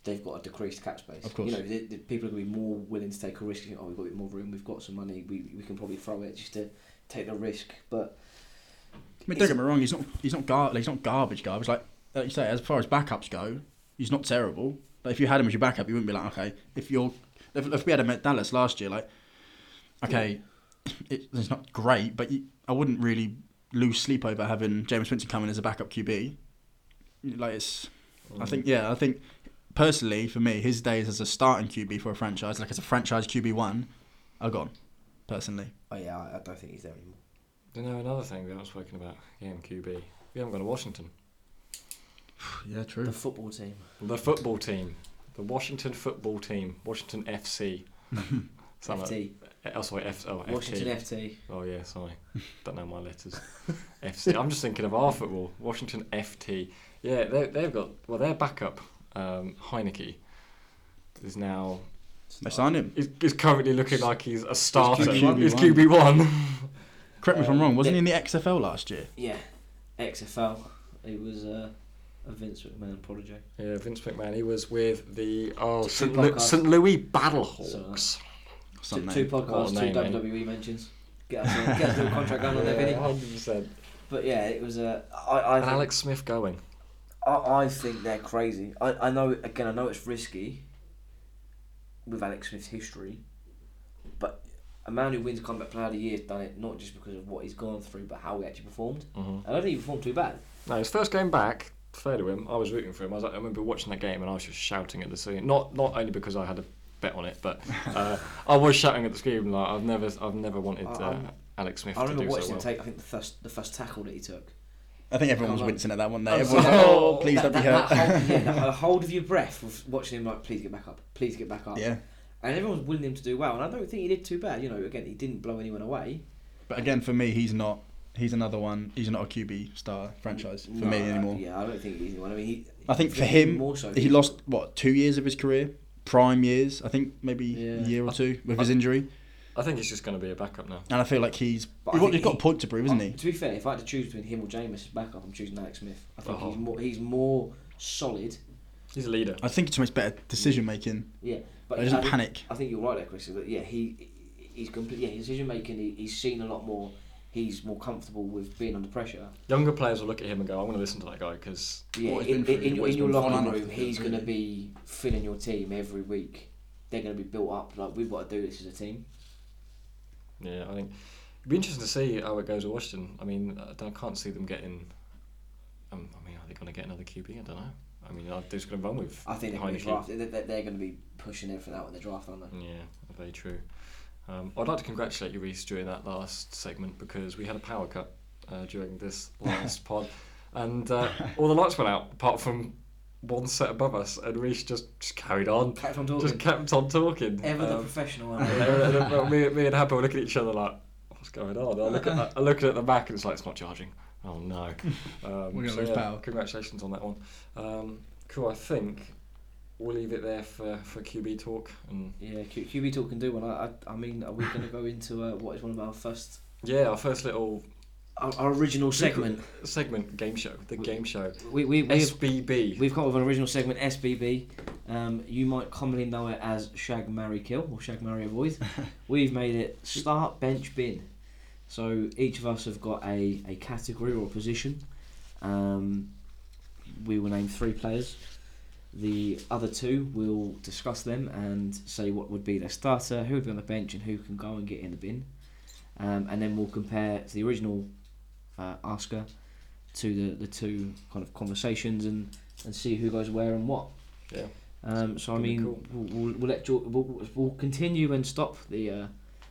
Speaker 6: they've got a decreased cap space.
Speaker 5: Of course.
Speaker 6: You know, the, the people are going to be more willing to take a risk. You think, oh, we've got a bit more room, we've got some money, we, we can probably throw it just to take the risk. But
Speaker 5: I mean, don't get me wrong. He's not. He's not. Gar- like, he's not garbage. Garbage. Like, like you say, as far as backups go, he's not terrible. But if you had him as your backup, you wouldn't be like, okay, if you're, if, if we had him at Dallas last year, like, okay, it, it's not great, but you, I wouldn't really lose sleep over having James Winston come in as a backup QB. Like, it's. I think yeah. I think personally, for me, his days as a starting QB for a franchise, like as a franchise QB one, are gone. Personally,
Speaker 6: Oh yeah, I, I don't think he's there anymore.
Speaker 4: You know another thing we haven't spoken about again, QB. We haven't gone to Washington.
Speaker 5: yeah,
Speaker 6: The
Speaker 5: true.
Speaker 6: football team.
Speaker 4: The football team, the Washington football team, Washington FC. Sound like-
Speaker 6: FT.
Speaker 4: eh, oh, sorry, F, oh,
Speaker 6: Washington
Speaker 4: FT.
Speaker 6: FT.
Speaker 4: Oh yeah, sorry. Don't know my letters. FC. I'm just thinking of our football. Washington FT. Yeah, they, they've got well, their backup um, Heineke is now
Speaker 5: They signed him.
Speaker 4: is, is currently looking like he's a starter. He's
Speaker 5: QB1.
Speaker 4: QB one.
Speaker 5: Correct me if I'm
Speaker 6: Um,
Speaker 5: wrong. Wasn't
Speaker 6: yeah.
Speaker 5: he in the XFL last year?
Speaker 6: Yeah. XFL. It was uh, a Vince McMahon prodigy.
Speaker 4: Yeah, Vince McMahon. He was with the oh
Speaker 6: Two
Speaker 4: St. Lu-
Speaker 6: podcasts.
Speaker 4: St. Louis Battlehawks.
Speaker 6: So- Two,
Speaker 5: Something.
Speaker 6: two
Speaker 4: What a
Speaker 6: podcasts,
Speaker 4: name,
Speaker 6: two
Speaker 4: eh?
Speaker 6: WWE mentions. Get us a, get us a little contract going on there, Vinny.
Speaker 4: hundred percent.
Speaker 6: But yeah, it was a. I I
Speaker 4: And
Speaker 6: think,
Speaker 4: Alex Smith going.
Speaker 6: I, I think they're crazy. I, I know again. I know it's risky. With Alex Smith's history, but a man who wins Combat Player of the Year has done it not just because of what he's gone through, but how he actually performed.
Speaker 4: Mm-hmm.
Speaker 6: And I don't think he performed too bad.
Speaker 4: No, his first game back, fair to him, I was rooting for him. I, was, like- I remember watching that game and I was just shouting at the scene. Not not only because I had a bet on it, but uh, I was shouting at the screen like I've never I've never wanted
Speaker 6: I-
Speaker 4: uh,
Speaker 6: I'm-
Speaker 4: Alex Smith
Speaker 6: I
Speaker 4: to
Speaker 6: remember
Speaker 4: do
Speaker 6: watching
Speaker 4: so
Speaker 6: him
Speaker 4: well.
Speaker 6: take. I think the first the first tackle that he took.
Speaker 5: I think everyone was
Speaker 6: Oh,
Speaker 5: wincing at that one day.
Speaker 6: I'm
Speaker 5: Everyone was
Speaker 6: sorry.
Speaker 5: like, oh, please
Speaker 6: That-
Speaker 5: don't be
Speaker 6: that- that
Speaker 5: hurt.
Speaker 6: hold- yeah, that- a hold of your breath of watching him like, please get back up, please get back up.
Speaker 5: Yeah.
Speaker 6: And everyone was willing him to do well, and I don't think he did too bad. You know, again, he didn't blow anyone away.
Speaker 5: But again, for me, he's not. He's another one. He's not a QB star franchise for
Speaker 6: No,
Speaker 5: me
Speaker 6: I-
Speaker 5: anymore.
Speaker 6: Yeah, I don't think he's anyone. I mean, he.
Speaker 5: I think for
Speaker 6: he-
Speaker 5: him,
Speaker 6: more so.
Speaker 5: he lost what two years of his career, prime years. I think maybe a
Speaker 6: Yeah.
Speaker 5: year or two with his injury,
Speaker 4: I think he's just going to be a backup now.
Speaker 5: and I feel like he's.
Speaker 6: But I
Speaker 5: He's got,
Speaker 6: think
Speaker 5: he's got
Speaker 6: he- Oh,
Speaker 5: a point to prove, isn't he?
Speaker 6: To be fair, if I had to choose between him or Jameis as backup, I'm choosing Alex Smith. I think
Speaker 4: Oh.
Speaker 6: he's more he's more solid.
Speaker 4: He's a leader.
Speaker 5: I think it makes better decision making.
Speaker 6: Yeah, but
Speaker 5: He doesn't
Speaker 6: I think-
Speaker 5: panic.
Speaker 6: I think you're right there, Chris. is That yeah, he he's complete. Yeah, his decision making. He, he's seen a lot more. He's more comfortable with being under pressure.
Speaker 4: Younger players will look at him and go, "I'm going to listen to that guy because
Speaker 6: Yeah,
Speaker 5: What he's been
Speaker 6: in,
Speaker 5: through,
Speaker 6: in, in,
Speaker 5: what he's
Speaker 6: your- in your
Speaker 5: been through.
Speaker 6: locker
Speaker 5: Fine
Speaker 6: room,
Speaker 5: enough,
Speaker 6: he's going to
Speaker 5: really.
Speaker 6: be filling your team every week. They're going to be built up. Like we've got to do this as a team.
Speaker 4: Yeah, I think it'd be interesting to see how it goes with Washington. I mean, I, don't- I can't see them getting. Um, I mean, are they going to get another QB? I don't know. I mean, are they just going to run with?
Speaker 6: I think they're going to be
Speaker 4: Heineke?
Speaker 6: draft. They're, they're going to be pushing everything out in the draft, aren't
Speaker 5: Mm.
Speaker 6: they?
Speaker 4: Yeah, very true. Um, I'd like to congratulate you, Reese, during that last segment because we had a power cut uh, during this last pod, and uh, all the lights went out apart from one set above us, and Reese just, just carried on,
Speaker 6: Kept on talking.
Speaker 4: just kept on talking.
Speaker 6: Ever the
Speaker 4: Um,
Speaker 6: professional. aren't
Speaker 4: and
Speaker 6: they?
Speaker 4: they were- and me, me and Habba were looking at each other like, what's going on? I look at, I look at the back and it's like, it's not charging. Oh no. Um,
Speaker 5: We're gonna lose power.
Speaker 4: Congratulations on that one. Um, cool, I think we'll leave it there for, for QB talk. And
Speaker 6: yeah, Q, QB talk can do one. I, I, I mean, are we going to go into uh, what is one of our first
Speaker 4: yeah, our first little
Speaker 6: our, our original segment?
Speaker 4: segment, game show, the game show.
Speaker 6: We we we've,
Speaker 4: SBB.
Speaker 6: we've come up with an original segment SBB. Um, you might commonly know it as Shag Marry Kill or Shag Marry Avoid. we've made it start bench bin. So each of us have got a, a category or a position. Um, we will name three players. The other two will discuss them and say what would be their starter, who would be on the bench, and who can go and get in the bin. Um, and then we'll compare to the original uh, asker to the, the two kind of conversations and, and see who goes where and what.
Speaker 4: Yeah.
Speaker 6: Um, so I
Speaker 4: Gonna be
Speaker 6: mean,
Speaker 4: cool.
Speaker 6: we'll, we'll, we'll let Jor- we'll, we'll continue and stop the uh,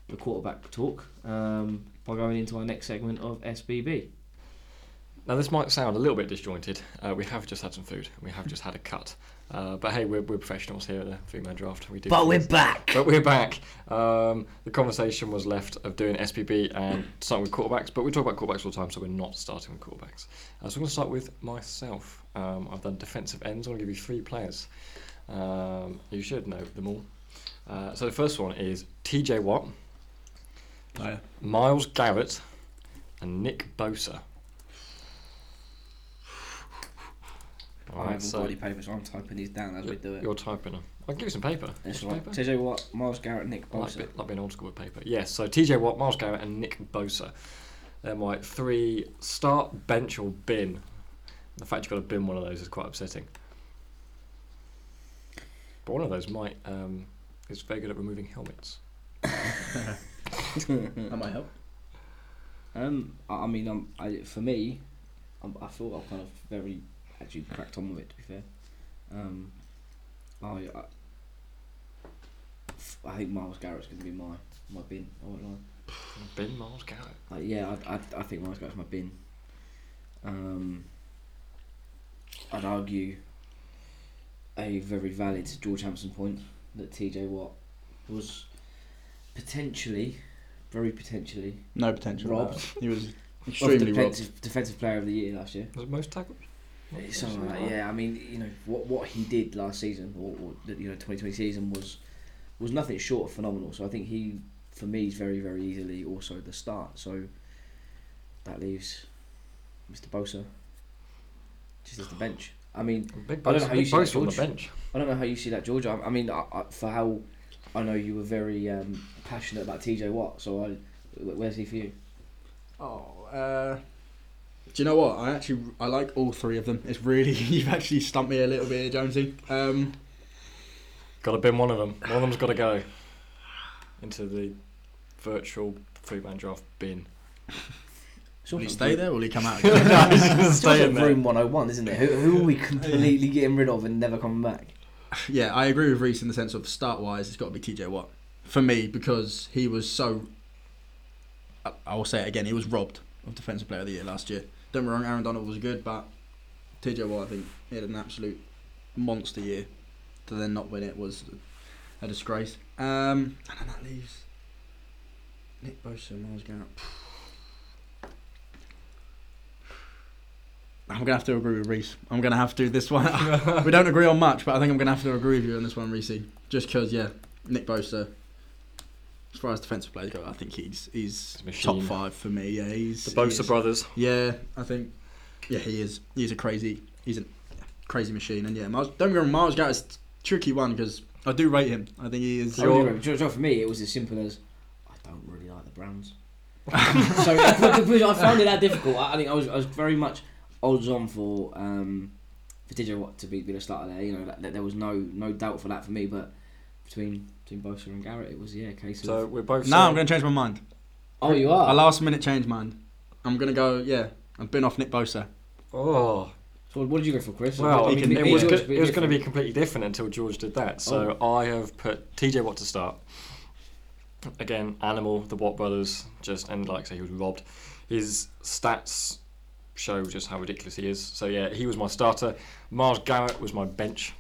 Speaker 6: the quarterback talk um, by going into our next segment of SBB.
Speaker 4: Now, this might sound a little bit disjointed. Uh, we have just had some food. We have just had a cut. Uh, but hey, we're, we're professionals here at the Three Man Draft. We do things.
Speaker 6: back.
Speaker 4: But we're back. Um, the conversation was left of doing SPB and starting with quarterbacks, but we talk about quarterbacks all the time, so we're not starting with quarterbacks. Uh, so I'm going to start with myself. Um, I've done defensive ends. I'm going to give you three players. Um, you should know them all. Uh, so the first one is TJ Watt,
Speaker 8: Oh,
Speaker 5: Yeah.
Speaker 4: Miles Garrett, and Nick Bosa. All
Speaker 8: I
Speaker 4: right,
Speaker 8: haven't
Speaker 4: so
Speaker 8: got any paper, so I'm typing these down as we do it.
Speaker 4: You're typing them. I can give you some paper.
Speaker 8: That's
Speaker 4: Some
Speaker 8: right.
Speaker 4: paper?
Speaker 8: TJ Watt, Miles Garrett, Nick
Speaker 4: I Like,
Speaker 8: Bosa.
Speaker 4: bit, like being old school with paper. Yes, so TJ Watt, Miles Garrett, and Nick Bosa. They're my three start, bench, or bin. The fact you've got to bin one of those is quite upsetting. But one of those might um, is very good at removing helmets.
Speaker 5: That might help.
Speaker 8: Um, I I mean, um, I, for me, I'm, I feel I've kind of very actually cracked on with it. To be fair, um, I, I, I think Miles Garrett's going to be my my bin. I won't lie.
Speaker 4: Bin Miles Garrett.
Speaker 8: Uh, yeah, I, I, I think Miles Garrett's my bin. Um, I'd argue a very valid George Hampson point that TJ Watt was potentially, very potentially,
Speaker 5: No potential. no.
Speaker 8: Robbed.
Speaker 5: He was
Speaker 8: of
Speaker 5: extremely robbed.
Speaker 8: defensive, defensive player of the year last year.
Speaker 4: Was it most tackles?
Speaker 8: It's something like that, yeah. I mean, you know what what he did last season, or, or the, you know, twenty twenty season was was nothing short of phenomenal. So I think he, for me, is very very easily also the start. So that leaves Mr. Bosa just as the bench. I mean,
Speaker 4: Big
Speaker 8: I don't know
Speaker 4: Bosa,
Speaker 8: how you
Speaker 4: Big
Speaker 8: see that,
Speaker 4: Bosa on the
Speaker 8: George.
Speaker 4: bench.
Speaker 8: I don't know how you see that, George. I, I mean, I, I, for how I know you were very um, passionate about TJ Watt. So I, wh- where's he for you?
Speaker 5: Oh, uh, do you know what? I actually I like all three of them. It's really you've actually stumped me a little bit, here, Jonesy. Um,
Speaker 4: Got to bin one of them. One of them's got to go into the virtual three man draft bin.
Speaker 8: It's
Speaker 5: will he
Speaker 8: also
Speaker 5: stay
Speaker 8: room-
Speaker 5: there? Or will he come out?
Speaker 4: no,
Speaker 5: Again?
Speaker 4: he's going to
Speaker 8: It's also
Speaker 4: stay in there.
Speaker 8: oh room one hundred and one, isn't it? Who, who are we completely getting rid of and never coming back?
Speaker 5: yeah, I agree with Reese in the sense of start wise, it's got to be TJ Watt for me because he was so. I- I will say it again. He was robbed of Defensive Player of the Year last year. Don't get me wrong, Aaron Donald was good, but TJ Watt, I think, he had an absolute monster year. To then not win it was a disgrace. Um, and then that leaves Nick Bosa, Miles Garrett. I'm gonna have to agree with Reese. I'm gonna have to this one. we don't agree on much, but I think I'm gonna have to agree with you on this one, Reese. Just because, yeah, Nick Bosa. As far as defensive players go, I think he's he's
Speaker 4: He's a machine.
Speaker 5: top five for me. Yeah, he's
Speaker 4: The
Speaker 5: he
Speaker 4: Bosa
Speaker 5: is.
Speaker 4: brothers.
Speaker 5: Yeah, I think. Yeah, he is. He's a crazy. He's a crazy machine, and yeah, Miles, don't get me wrong. Miles Garrett's a tricky one because I do rate him. I think he is.
Speaker 6: I really remember- so- so for me, it was as simple as I don't really like the Browns. so I found it that difficult. I, I think I was, I was very much odds on for um, for DJ Watt to be, be the starter there. You know, that, that there was no no doubt for that for me. But between between Bosa and Garrett, it was yeah a case of
Speaker 4: So we're both.
Speaker 5: No, I'm going to change my mind.
Speaker 6: oh you are
Speaker 5: A last minute change mind. I'm going to go. Yeah, I've been off Nick Bosa.
Speaker 4: Oh,
Speaker 6: So what did you go for, Chris?
Speaker 4: well,
Speaker 6: I mean,
Speaker 5: can-
Speaker 6: me-
Speaker 4: it
Speaker 6: me
Speaker 4: was
Speaker 6: and
Speaker 4: go-
Speaker 6: George
Speaker 4: it was going to be
Speaker 6: different.
Speaker 4: completely different until George did that. So I have put TJ Watt to start. Again, Animal, the Watt brothers, just and like I say, he was robbed. His stats show just how ridiculous he is. So yeah, he was my starter. Miles Garrett was my bench.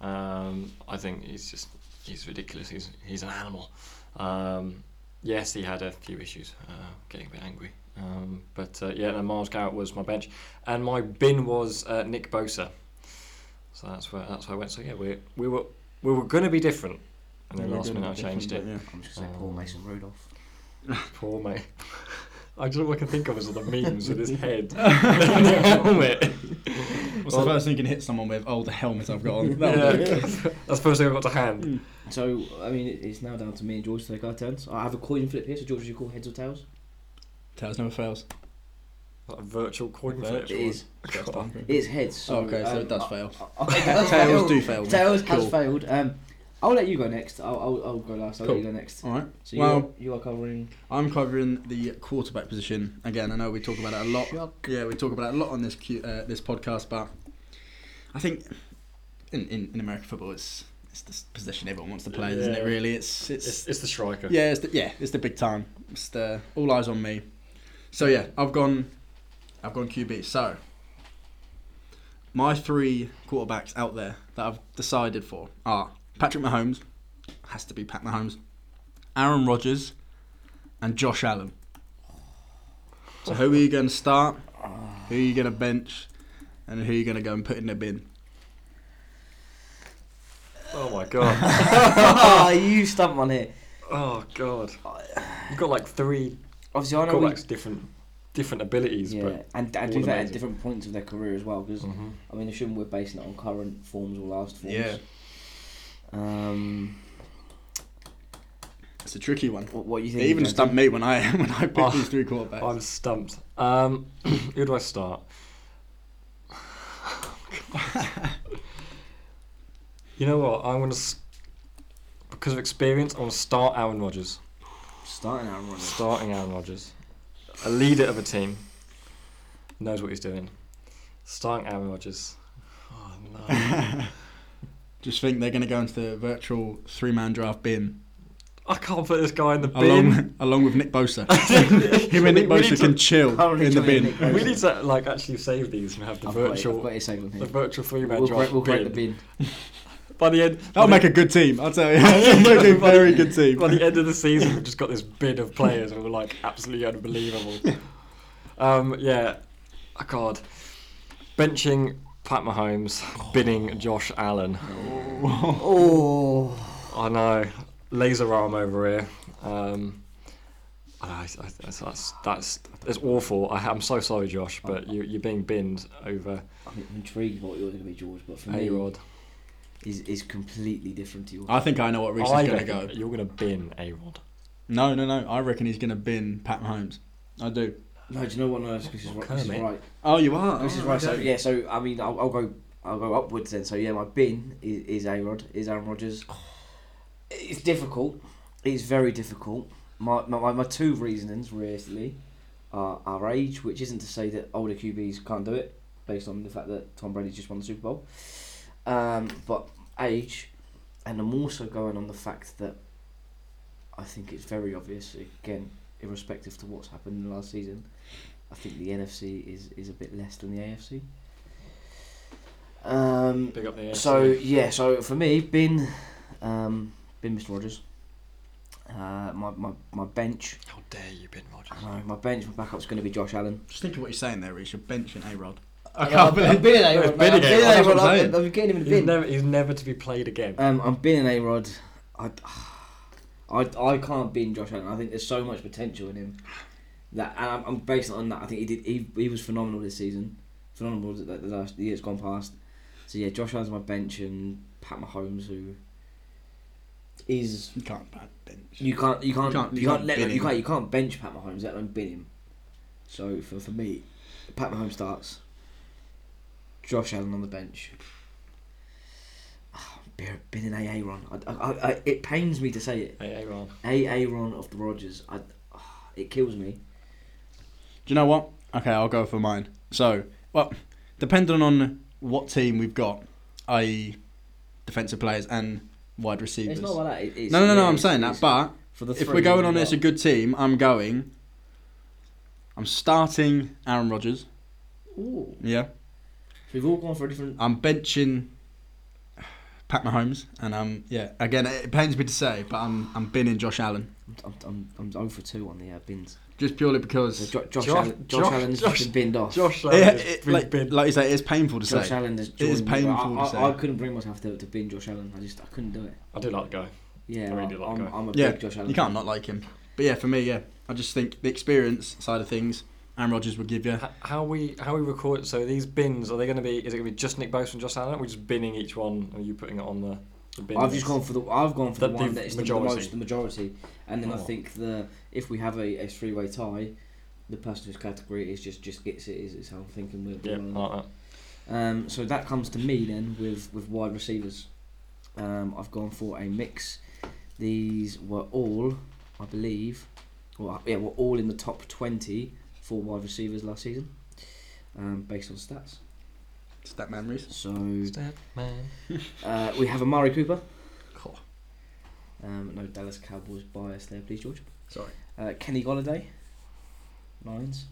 Speaker 4: Um, I think he's just he's ridiculous. He's he's an animal. Um, yes, he had a few issues, uh, getting a bit angry. Um, but uh, yeah, no, Miles Garrett was my bench, and my bin was uh, Nick Bosa. So that's where that's where I went. So yeah, we we were we were going to be different, and then last minute I changed it.
Speaker 6: I'm just going to say Paul Mason Rudolph.
Speaker 4: Poor mate. I don't know what I can think of as the memes with his head, and the helmet.
Speaker 5: What's the first thing you can hit someone with? Oh, the helmet I've got on. That'll do.
Speaker 4: Yeah. That's the first thing I got to hand.
Speaker 6: So I mean, it- it's now down to me and George to take our turns. I have a coin flip here. So George, would you call heads or tails?
Speaker 5: Tails never fails.
Speaker 4: Like a virtual coin flip.
Speaker 6: It is. It is heads. So, um,
Speaker 5: Okay, so it does
Speaker 6: I-
Speaker 5: fail.
Speaker 6: I- I- it does
Speaker 5: Tails
Speaker 6: fail.
Speaker 5: do fail.
Speaker 6: Tails
Speaker 5: Cool.
Speaker 6: has failed. Um, I'll let you go next. I'll, I'll, I'll go last. I'll
Speaker 5: Cool.
Speaker 6: let you go next.
Speaker 5: All right.
Speaker 6: So you,
Speaker 5: Well-
Speaker 6: are, you are covering.
Speaker 5: I'm covering the quarterback position again. I know we talk about it a lot.
Speaker 6: Shock.
Speaker 5: Yeah, we talk about it a lot on this cu- uh, this podcast, but I think in, in, in American football, it's it's the s- position everyone wants to play, isn't it?
Speaker 4: Yeah.
Speaker 5: Really, it's it's,
Speaker 4: It's, it's the striker.
Speaker 5: yeah, it's the, yeah, it's the big time. It's the all eyes on me. So yeah, I've gone, I've gone QB. So my three quarterbacks out there that I've decided for are Patrick Mahomes, has to be Pat Mahomes, Aaron Rodgers, and Josh Allen. So who are you going to start? Who are you going to bench? And who are you going to go and put in the bin?
Speaker 4: Oh my god.
Speaker 6: oh, you stumped one here.
Speaker 4: Oh god. You've got like three
Speaker 6: Obviously, I know. We,
Speaker 4: quarterbacks, different different abilities,
Speaker 6: yeah,
Speaker 4: but
Speaker 6: and, and
Speaker 4: all
Speaker 6: do that at
Speaker 4: amazing.
Speaker 6: different points of their career as well. Because I mean, assuming we're basing it on current forms or last forms.
Speaker 5: Mm-hmm. Yeah.
Speaker 6: Um,
Speaker 5: It's a tricky one.
Speaker 6: what, what you think?
Speaker 5: They even
Speaker 6: Jack?
Speaker 5: stumped me when I when I picked
Speaker 4: Oh,
Speaker 5: these three quarterbacks.
Speaker 4: I'm stumped. Um, who do I start? you know what? I'm gonna s- because of experience. I want to start Aaron Rodgers.
Speaker 6: starting out running.
Speaker 4: Starting Aaron Rodgers, a leader of a team, knows what he's doing. Starting Aaron Rodgers. Oh no!
Speaker 5: Just think they're going to go into the virtual three-man draft bin,
Speaker 4: I can't put this guy in the bin.
Speaker 5: along along with Nick Bosa. Him and Nick
Speaker 4: We- we need
Speaker 5: Bosa can
Speaker 4: to-
Speaker 5: chill
Speaker 6: Currently
Speaker 5: in the
Speaker 6: joining
Speaker 5: bin.
Speaker 6: Nick Bosa.
Speaker 4: We need to like actually save these and have the
Speaker 6: I've got it,
Speaker 4: virtual,
Speaker 6: I've got it saved on here.
Speaker 4: the virtual three-man
Speaker 6: We'll,
Speaker 4: draft.
Speaker 6: create, we'll create the
Speaker 4: bin.
Speaker 6: bin.
Speaker 4: By the end,
Speaker 5: That'll
Speaker 4: by
Speaker 5: make
Speaker 4: the,
Speaker 5: a good team, I'll tell you. That'll make a very good team.
Speaker 4: by the end of the season, we've just got this bid of players who are like absolutely unbelievable. Um, yeah, oh, God, benching Pat Mahomes, binning Josh Allen.
Speaker 6: Oh,
Speaker 4: I know, laser arm over here. Um, I, I, that's, that's that's that's awful. I, I'm so sorry, Josh, but you, you're being binned over
Speaker 6: I'm intrigued what you're going to be, George. But for
Speaker 4: A
Speaker 6: me,
Speaker 4: Rod.
Speaker 6: is is completely different to yours.
Speaker 5: I think I know what Reese is
Speaker 4: I
Speaker 5: going to
Speaker 4: reckon
Speaker 5: go.
Speaker 4: You're going to bin A Rod.
Speaker 5: No, no, no. I reckon he's going to bin Pat Mahomes. I do.
Speaker 6: no, do you know what? No, this is right. This is
Speaker 4: Kermit.
Speaker 6: right.
Speaker 5: Oh, you are.
Speaker 6: This is
Speaker 5: Oh,
Speaker 6: right. So
Speaker 5: okay.
Speaker 6: yeah, so I mean, I'll, I'll go, I'll go upwards then. So yeah, my bin is, is A Rod, is Aaron Rodgers. It's difficult. It's very difficult. My my, my- my two reasonings realistically are our age, which isn't to say that older QBs can't do it, based on the fact that Tom Brady just won the Super Bowl. Um, but age, and I'm also going on the fact that I think it's very obvious, again, irrespective to what's happened in the last season, I think the NFC is, is a bit less than the AFC. Um,
Speaker 4: Big up the AFC.
Speaker 6: so yeah, so for me, been, um, been Mr. Rogers. Uh, my, my, my bench,
Speaker 4: How dare you, Ben Rogers?
Speaker 6: I know, my bench, my backup's going to be Josh Allen.
Speaker 5: Just think of what you're saying there, Reece. You're benching A Rod.
Speaker 4: I
Speaker 6: Yeah,
Speaker 4: can't
Speaker 6: I've- I've
Speaker 4: believe
Speaker 6: been in A-Rod,
Speaker 4: I've
Speaker 6: man.
Speaker 4: been
Speaker 6: I've
Speaker 4: in
Speaker 6: been in
Speaker 4: A-Rod,
Speaker 6: A-Rod.
Speaker 4: that's what I'm
Speaker 6: I've
Speaker 4: saying.
Speaker 6: I've getting him in the
Speaker 4: He's
Speaker 6: bin.
Speaker 4: never, he's never to be played again.
Speaker 6: Um, I'm being A Rod. I, I, I can't bin Josh Allen. I think there's so much potential in him. That and I'm, I'm basing it on that. I think he did. He, he was phenomenal this season. Phenomenal the, the last the year's gone past. So yeah, Josh Allen's my bench and Pat Mahomes who is
Speaker 5: You can't bad bench.
Speaker 6: you can't you can't you can't, let
Speaker 5: bin
Speaker 6: you
Speaker 5: him.
Speaker 6: can't you can't bench Pat Mahomes let alone bin him. So for for me, Pat Mahomes starts. Josh Allen on the bench. Oh, bin- bin an Aaron. I, I, I, it pains me to say it.
Speaker 4: Hey, Aaron.
Speaker 6: A Aaron of the Rogers. I, ah, it kills me.
Speaker 5: Do you know what? Okay, I'll go for mine. So, well, depending on what team we've got, i.e., defensive players and wide receivers.
Speaker 6: It's not like that. It, it's,
Speaker 5: no, no, no,
Speaker 6: yeah,
Speaker 5: no. I'm
Speaker 6: it's-
Speaker 5: saying that,
Speaker 6: it's-
Speaker 5: but
Speaker 6: for the
Speaker 5: if
Speaker 6: three
Speaker 5: we're going
Speaker 6: we've
Speaker 5: on as a
Speaker 6: got.
Speaker 5: good team, I'm going. I'm starting Aaron Rodgers.
Speaker 6: Ooh.
Speaker 5: Yeah,
Speaker 6: So we've all gone for a different.
Speaker 5: I'm benching Pat Mahomes, and um, yeah, again, it pains me to say, but I'm I'm binning Josh Allen
Speaker 6: I'm I'm I'm, I'm 0 for two on the uh, bins.
Speaker 5: just purely because.
Speaker 6: So Jo- Josh,
Speaker 4: Josh-
Speaker 6: Allen, Josh,
Speaker 4: Josh-
Speaker 6: Allen's
Speaker 4: Josh-
Speaker 6: just been binned off.
Speaker 4: Josh Allen
Speaker 5: Yeah,
Speaker 4: has
Speaker 5: it-
Speaker 4: been
Speaker 5: like,
Speaker 4: bin-
Speaker 5: like you say, it's painful to
Speaker 6: Josh
Speaker 5: say.
Speaker 6: Allen has
Speaker 5: is
Speaker 6: joined me, but
Speaker 5: painful to
Speaker 6: I,
Speaker 5: say.
Speaker 6: I, I couldn't bring myself to, to bin Josh Allen. I just I couldn't do it.
Speaker 4: I do like the guy.
Speaker 6: Yeah,
Speaker 4: I
Speaker 6: I
Speaker 4: really like
Speaker 6: am
Speaker 4: him.
Speaker 6: I'm a
Speaker 5: Yeah,
Speaker 6: big Josh Allen.
Speaker 5: you can't not like him. But yeah, for me, yeah, I just think the experience side of things, Aaron Rodgers would give you.
Speaker 4: H- How we how we record? So these bins are they going to be? Is it going to be just Nick Bosa and Josh Allen? We're just binning each one, and you putting it on the, the bin.
Speaker 6: I've
Speaker 4: list?
Speaker 6: just gone for the I've gone for the,
Speaker 4: The-
Speaker 6: one
Speaker 4: the
Speaker 6: that is the, the
Speaker 4: majority.
Speaker 6: most the majority, and then I
Speaker 4: Oh.
Speaker 6: think the if we have a, a three way tie, the person whose category it is just just gets it. Is, is how I'm thinking we're
Speaker 4: Yeah,
Speaker 6: doing
Speaker 4: I like that.
Speaker 6: Um, so that comes to me then with with wide receivers. Um, I've gone for a mix. These were all, I believe, well uh, yeah, were all in the top twenty for wide receivers last season, um, based on stats.
Speaker 5: Stat memories.
Speaker 6: So
Speaker 4: Step man.
Speaker 6: uh, we have Amari Cooper.
Speaker 5: Cool.
Speaker 6: Um, no Dallas Cowboys bias there, please, George.
Speaker 5: Sorry.
Speaker 6: Uh, Kenny Galladay, Lions,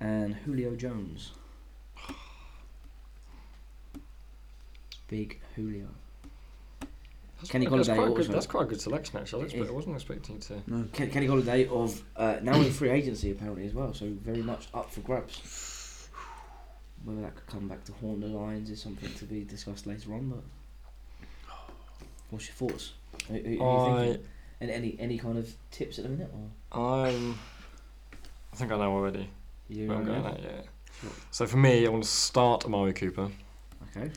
Speaker 6: and Julio Jones. Big Julio.
Speaker 4: That's,
Speaker 6: Kenny
Speaker 4: that's
Speaker 6: Golladay
Speaker 4: quite a good,
Speaker 6: also.
Speaker 4: that's quite a good selection actually. I,
Speaker 6: It
Speaker 4: expect-
Speaker 6: is.
Speaker 4: I wasn't expecting you to.
Speaker 5: No.
Speaker 6: Ken- Kenny Galladay of uh, now in free agency apparently as well, so very much up for grabs. Whether that could come back to haunt the Lions is something to be discussed later on. But what's your thoughts? Who, who, who you
Speaker 4: I
Speaker 6: thinking? And any any kind of tips at the minute? Or
Speaker 4: I'm. I think I know already.
Speaker 6: you?
Speaker 4: where I'm going
Speaker 6: uh,
Speaker 4: at, yeah. So for me, I want to start Amari Cooper,
Speaker 6: Okay.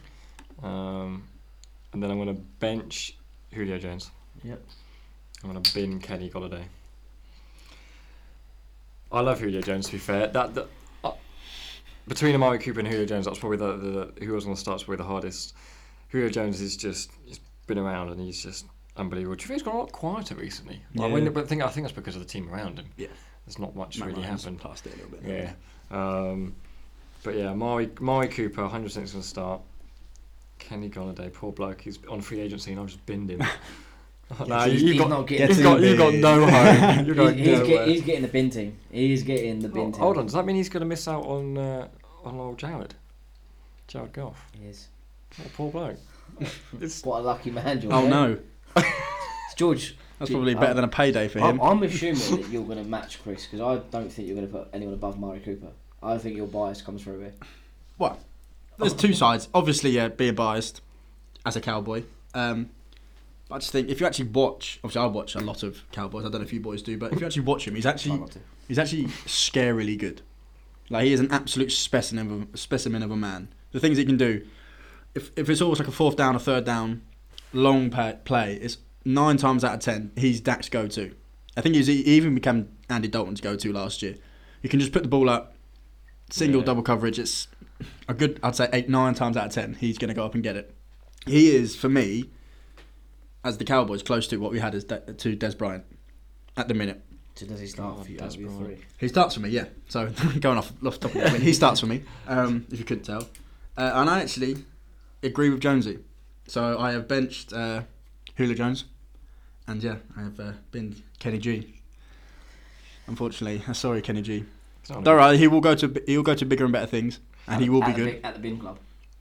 Speaker 4: um, and then I'm going to bench Julio Jones.
Speaker 6: Yep.
Speaker 4: I'm gonna bin Kenny Golladay. I love Julio Jones. To be fair, that, that uh, between Amari Cooper and Julio Jones, that's probably the, the who I was on the start's probably the hardest. Julio Jones is just he's been around and he's just unbelievable. Do you think he's got a lot quieter recently? Like, when-
Speaker 5: Yeah.
Speaker 4: but I think I think that's because of the team around him.
Speaker 5: Yeah.
Speaker 4: there's not much
Speaker 5: Matt
Speaker 4: really
Speaker 5: Ryan's
Speaker 4: happened.
Speaker 5: Passed it a little bit.
Speaker 4: Yeah. Um, but yeah, Mari, Mari Cooper, 100% is going to start. Kenny Golladay, poor bloke, he's on free agency and I've just binned him. no,
Speaker 6: he's-
Speaker 4: you
Speaker 6: he's
Speaker 4: got,
Speaker 6: not getting-
Speaker 4: you've got, you've got no home. You've got
Speaker 6: He's, he's,
Speaker 4: nowhere.
Speaker 6: get, he's getting the bin team. He's getting the bin
Speaker 4: Oh,
Speaker 6: team.
Speaker 4: hold on, does that mean he's going to miss out on uh, on old Jared? Jared Goff.
Speaker 6: Yes.
Speaker 4: What a poor bloke. It's,
Speaker 6: What a lucky man, George.
Speaker 5: Oh
Speaker 6: eh?
Speaker 5: no,
Speaker 6: George. Uh,
Speaker 5: that's
Speaker 6: do you-
Speaker 5: probably better than a payday for
Speaker 6: I'm,
Speaker 5: him.
Speaker 6: I'm assuming that you're going to match Chris because I don't think you're going to put anyone above Mari Cooper. I think your bias comes through here.
Speaker 5: What? There's two sides. Obviously, yeah, being biased as a cowboy. Um, I just think if you actually watch, obviously I watch a lot of cowboys. I don't know if you boys do, but if you actually watch him, he's
Speaker 6: Try
Speaker 5: actually
Speaker 6: not to.
Speaker 5: He's actually scarily good. Like he is an absolute specimen of a, specimen of a man. The things he can do, if if it's always like a fourth down, a third down, long pa- play, it's nine times out of ten he's Dak's go to. I think he's, e, he even became Andy Dalton's go to last year. You can just put the ball up, single,
Speaker 4: Yeah.
Speaker 5: double coverage. It's a good, I'd say eight, nine times out of ten he's going to go up and get it. He is for me, as the Cowboys, close to what we had as De- to Des Bryant at the minute.
Speaker 6: So does he start
Speaker 4: God,
Speaker 6: for you?
Speaker 4: that's
Speaker 6: That's three.
Speaker 4: brilliant.
Speaker 5: He starts for me, yeah. So going off, off top of that, he starts for me. Um, if you couldn't tell, uh, and I actually agree with Jonesy. So I have benched uh, Hula Jones, and yeah, I have uh, been Kenny G. Unfortunately, I'm sorry, Kenny G.
Speaker 4: It's not
Speaker 5: All right, he will go to he'll go to bigger and better things, and he will
Speaker 9: at
Speaker 5: be
Speaker 9: the
Speaker 5: good.
Speaker 9: bi- at the bin club.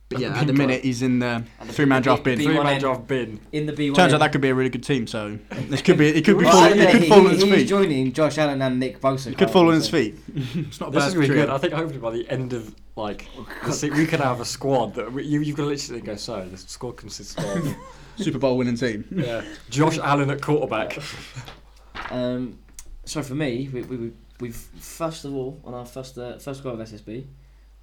Speaker 5: But
Speaker 4: at
Speaker 5: yeah,
Speaker 4: the
Speaker 5: at the
Speaker 4: bin
Speaker 5: minute he's in the
Speaker 9: At the
Speaker 5: three man
Speaker 9: big-
Speaker 5: draft
Speaker 9: big-
Speaker 5: bin.
Speaker 4: Three
Speaker 9: B1
Speaker 4: man
Speaker 9: end.
Speaker 4: draft bin.
Speaker 9: In the B1.
Speaker 5: Turns out that could be a really good team. So it could be it could be
Speaker 6: Oh,
Speaker 9: Well,
Speaker 5: fall,
Speaker 9: I don't
Speaker 5: it
Speaker 9: know,
Speaker 5: could
Speaker 9: he-
Speaker 5: fall on his
Speaker 9: He's
Speaker 5: feet.
Speaker 9: joining Josh Allen and Nick Bosa.
Speaker 5: It could fall on his feet. It's not a
Speaker 4: This
Speaker 5: bad.
Speaker 4: is really
Speaker 5: trio.
Speaker 4: good. I think hopefully by the end of like,
Speaker 6: Oh,
Speaker 4: the se- we could have a squad that we- you you've got to literally go. So the squad consists of
Speaker 5: Super Bowl winning team.
Speaker 4: yeah, Josh Allen at quarterback.
Speaker 9: Um, so for me, we, we, we, we've
Speaker 6: First of all, on our first uh, first go of SSB,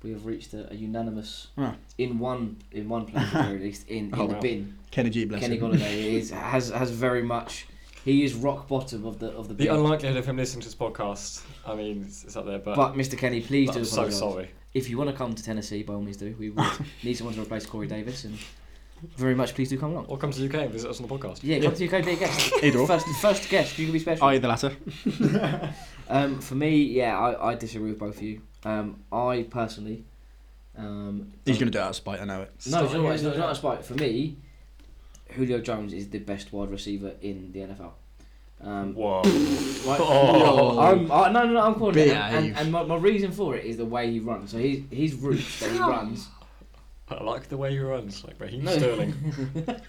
Speaker 6: we have reached a, a unanimous
Speaker 5: Ah.
Speaker 6: in one in one place at the very least in, in
Speaker 4: Oh,
Speaker 6: the
Speaker 4: wow.
Speaker 6: bin.
Speaker 5: Kenny G, bless
Speaker 6: Kenny
Speaker 5: him.
Speaker 6: Galladay is has has very much. He is rock bottom of the of the bin.
Speaker 4: The unlikelihood of him listening to this podcast. I mean, it's, it's up there, but,
Speaker 6: but Mr. Kenny, please
Speaker 4: but
Speaker 6: do
Speaker 4: I'm so
Speaker 6: apologise.
Speaker 4: sorry.
Speaker 6: If you want to come to Tennessee, by all means do. We would need someone to replace Corey Davis, and very much please do come along.
Speaker 4: Or come to the UK and visit us on the podcast.
Speaker 6: Yeah, come to UK, be a guest.
Speaker 5: Either or.
Speaker 6: First, first guest, you can be special.
Speaker 5: I the latter.
Speaker 6: Um, for me, yeah, I, I disagree with both of you. Um, I personally, um,
Speaker 5: He's gonna do it out of spite. I know it.
Speaker 6: no, it's not, it's not, it's not a spike. For me, Julio Jones is the best wide receiver in the NFL. Um,
Speaker 4: Whoa.
Speaker 6: like,
Speaker 4: Oh.
Speaker 6: I'm, I, no, no, no, I'm calling it. And,
Speaker 5: Behave.
Speaker 6: and, and my, my reason for it is the way he runs. So his his route that he runs.
Speaker 4: I like the way he runs, like Raheem
Speaker 6: No.
Speaker 4: Sterling.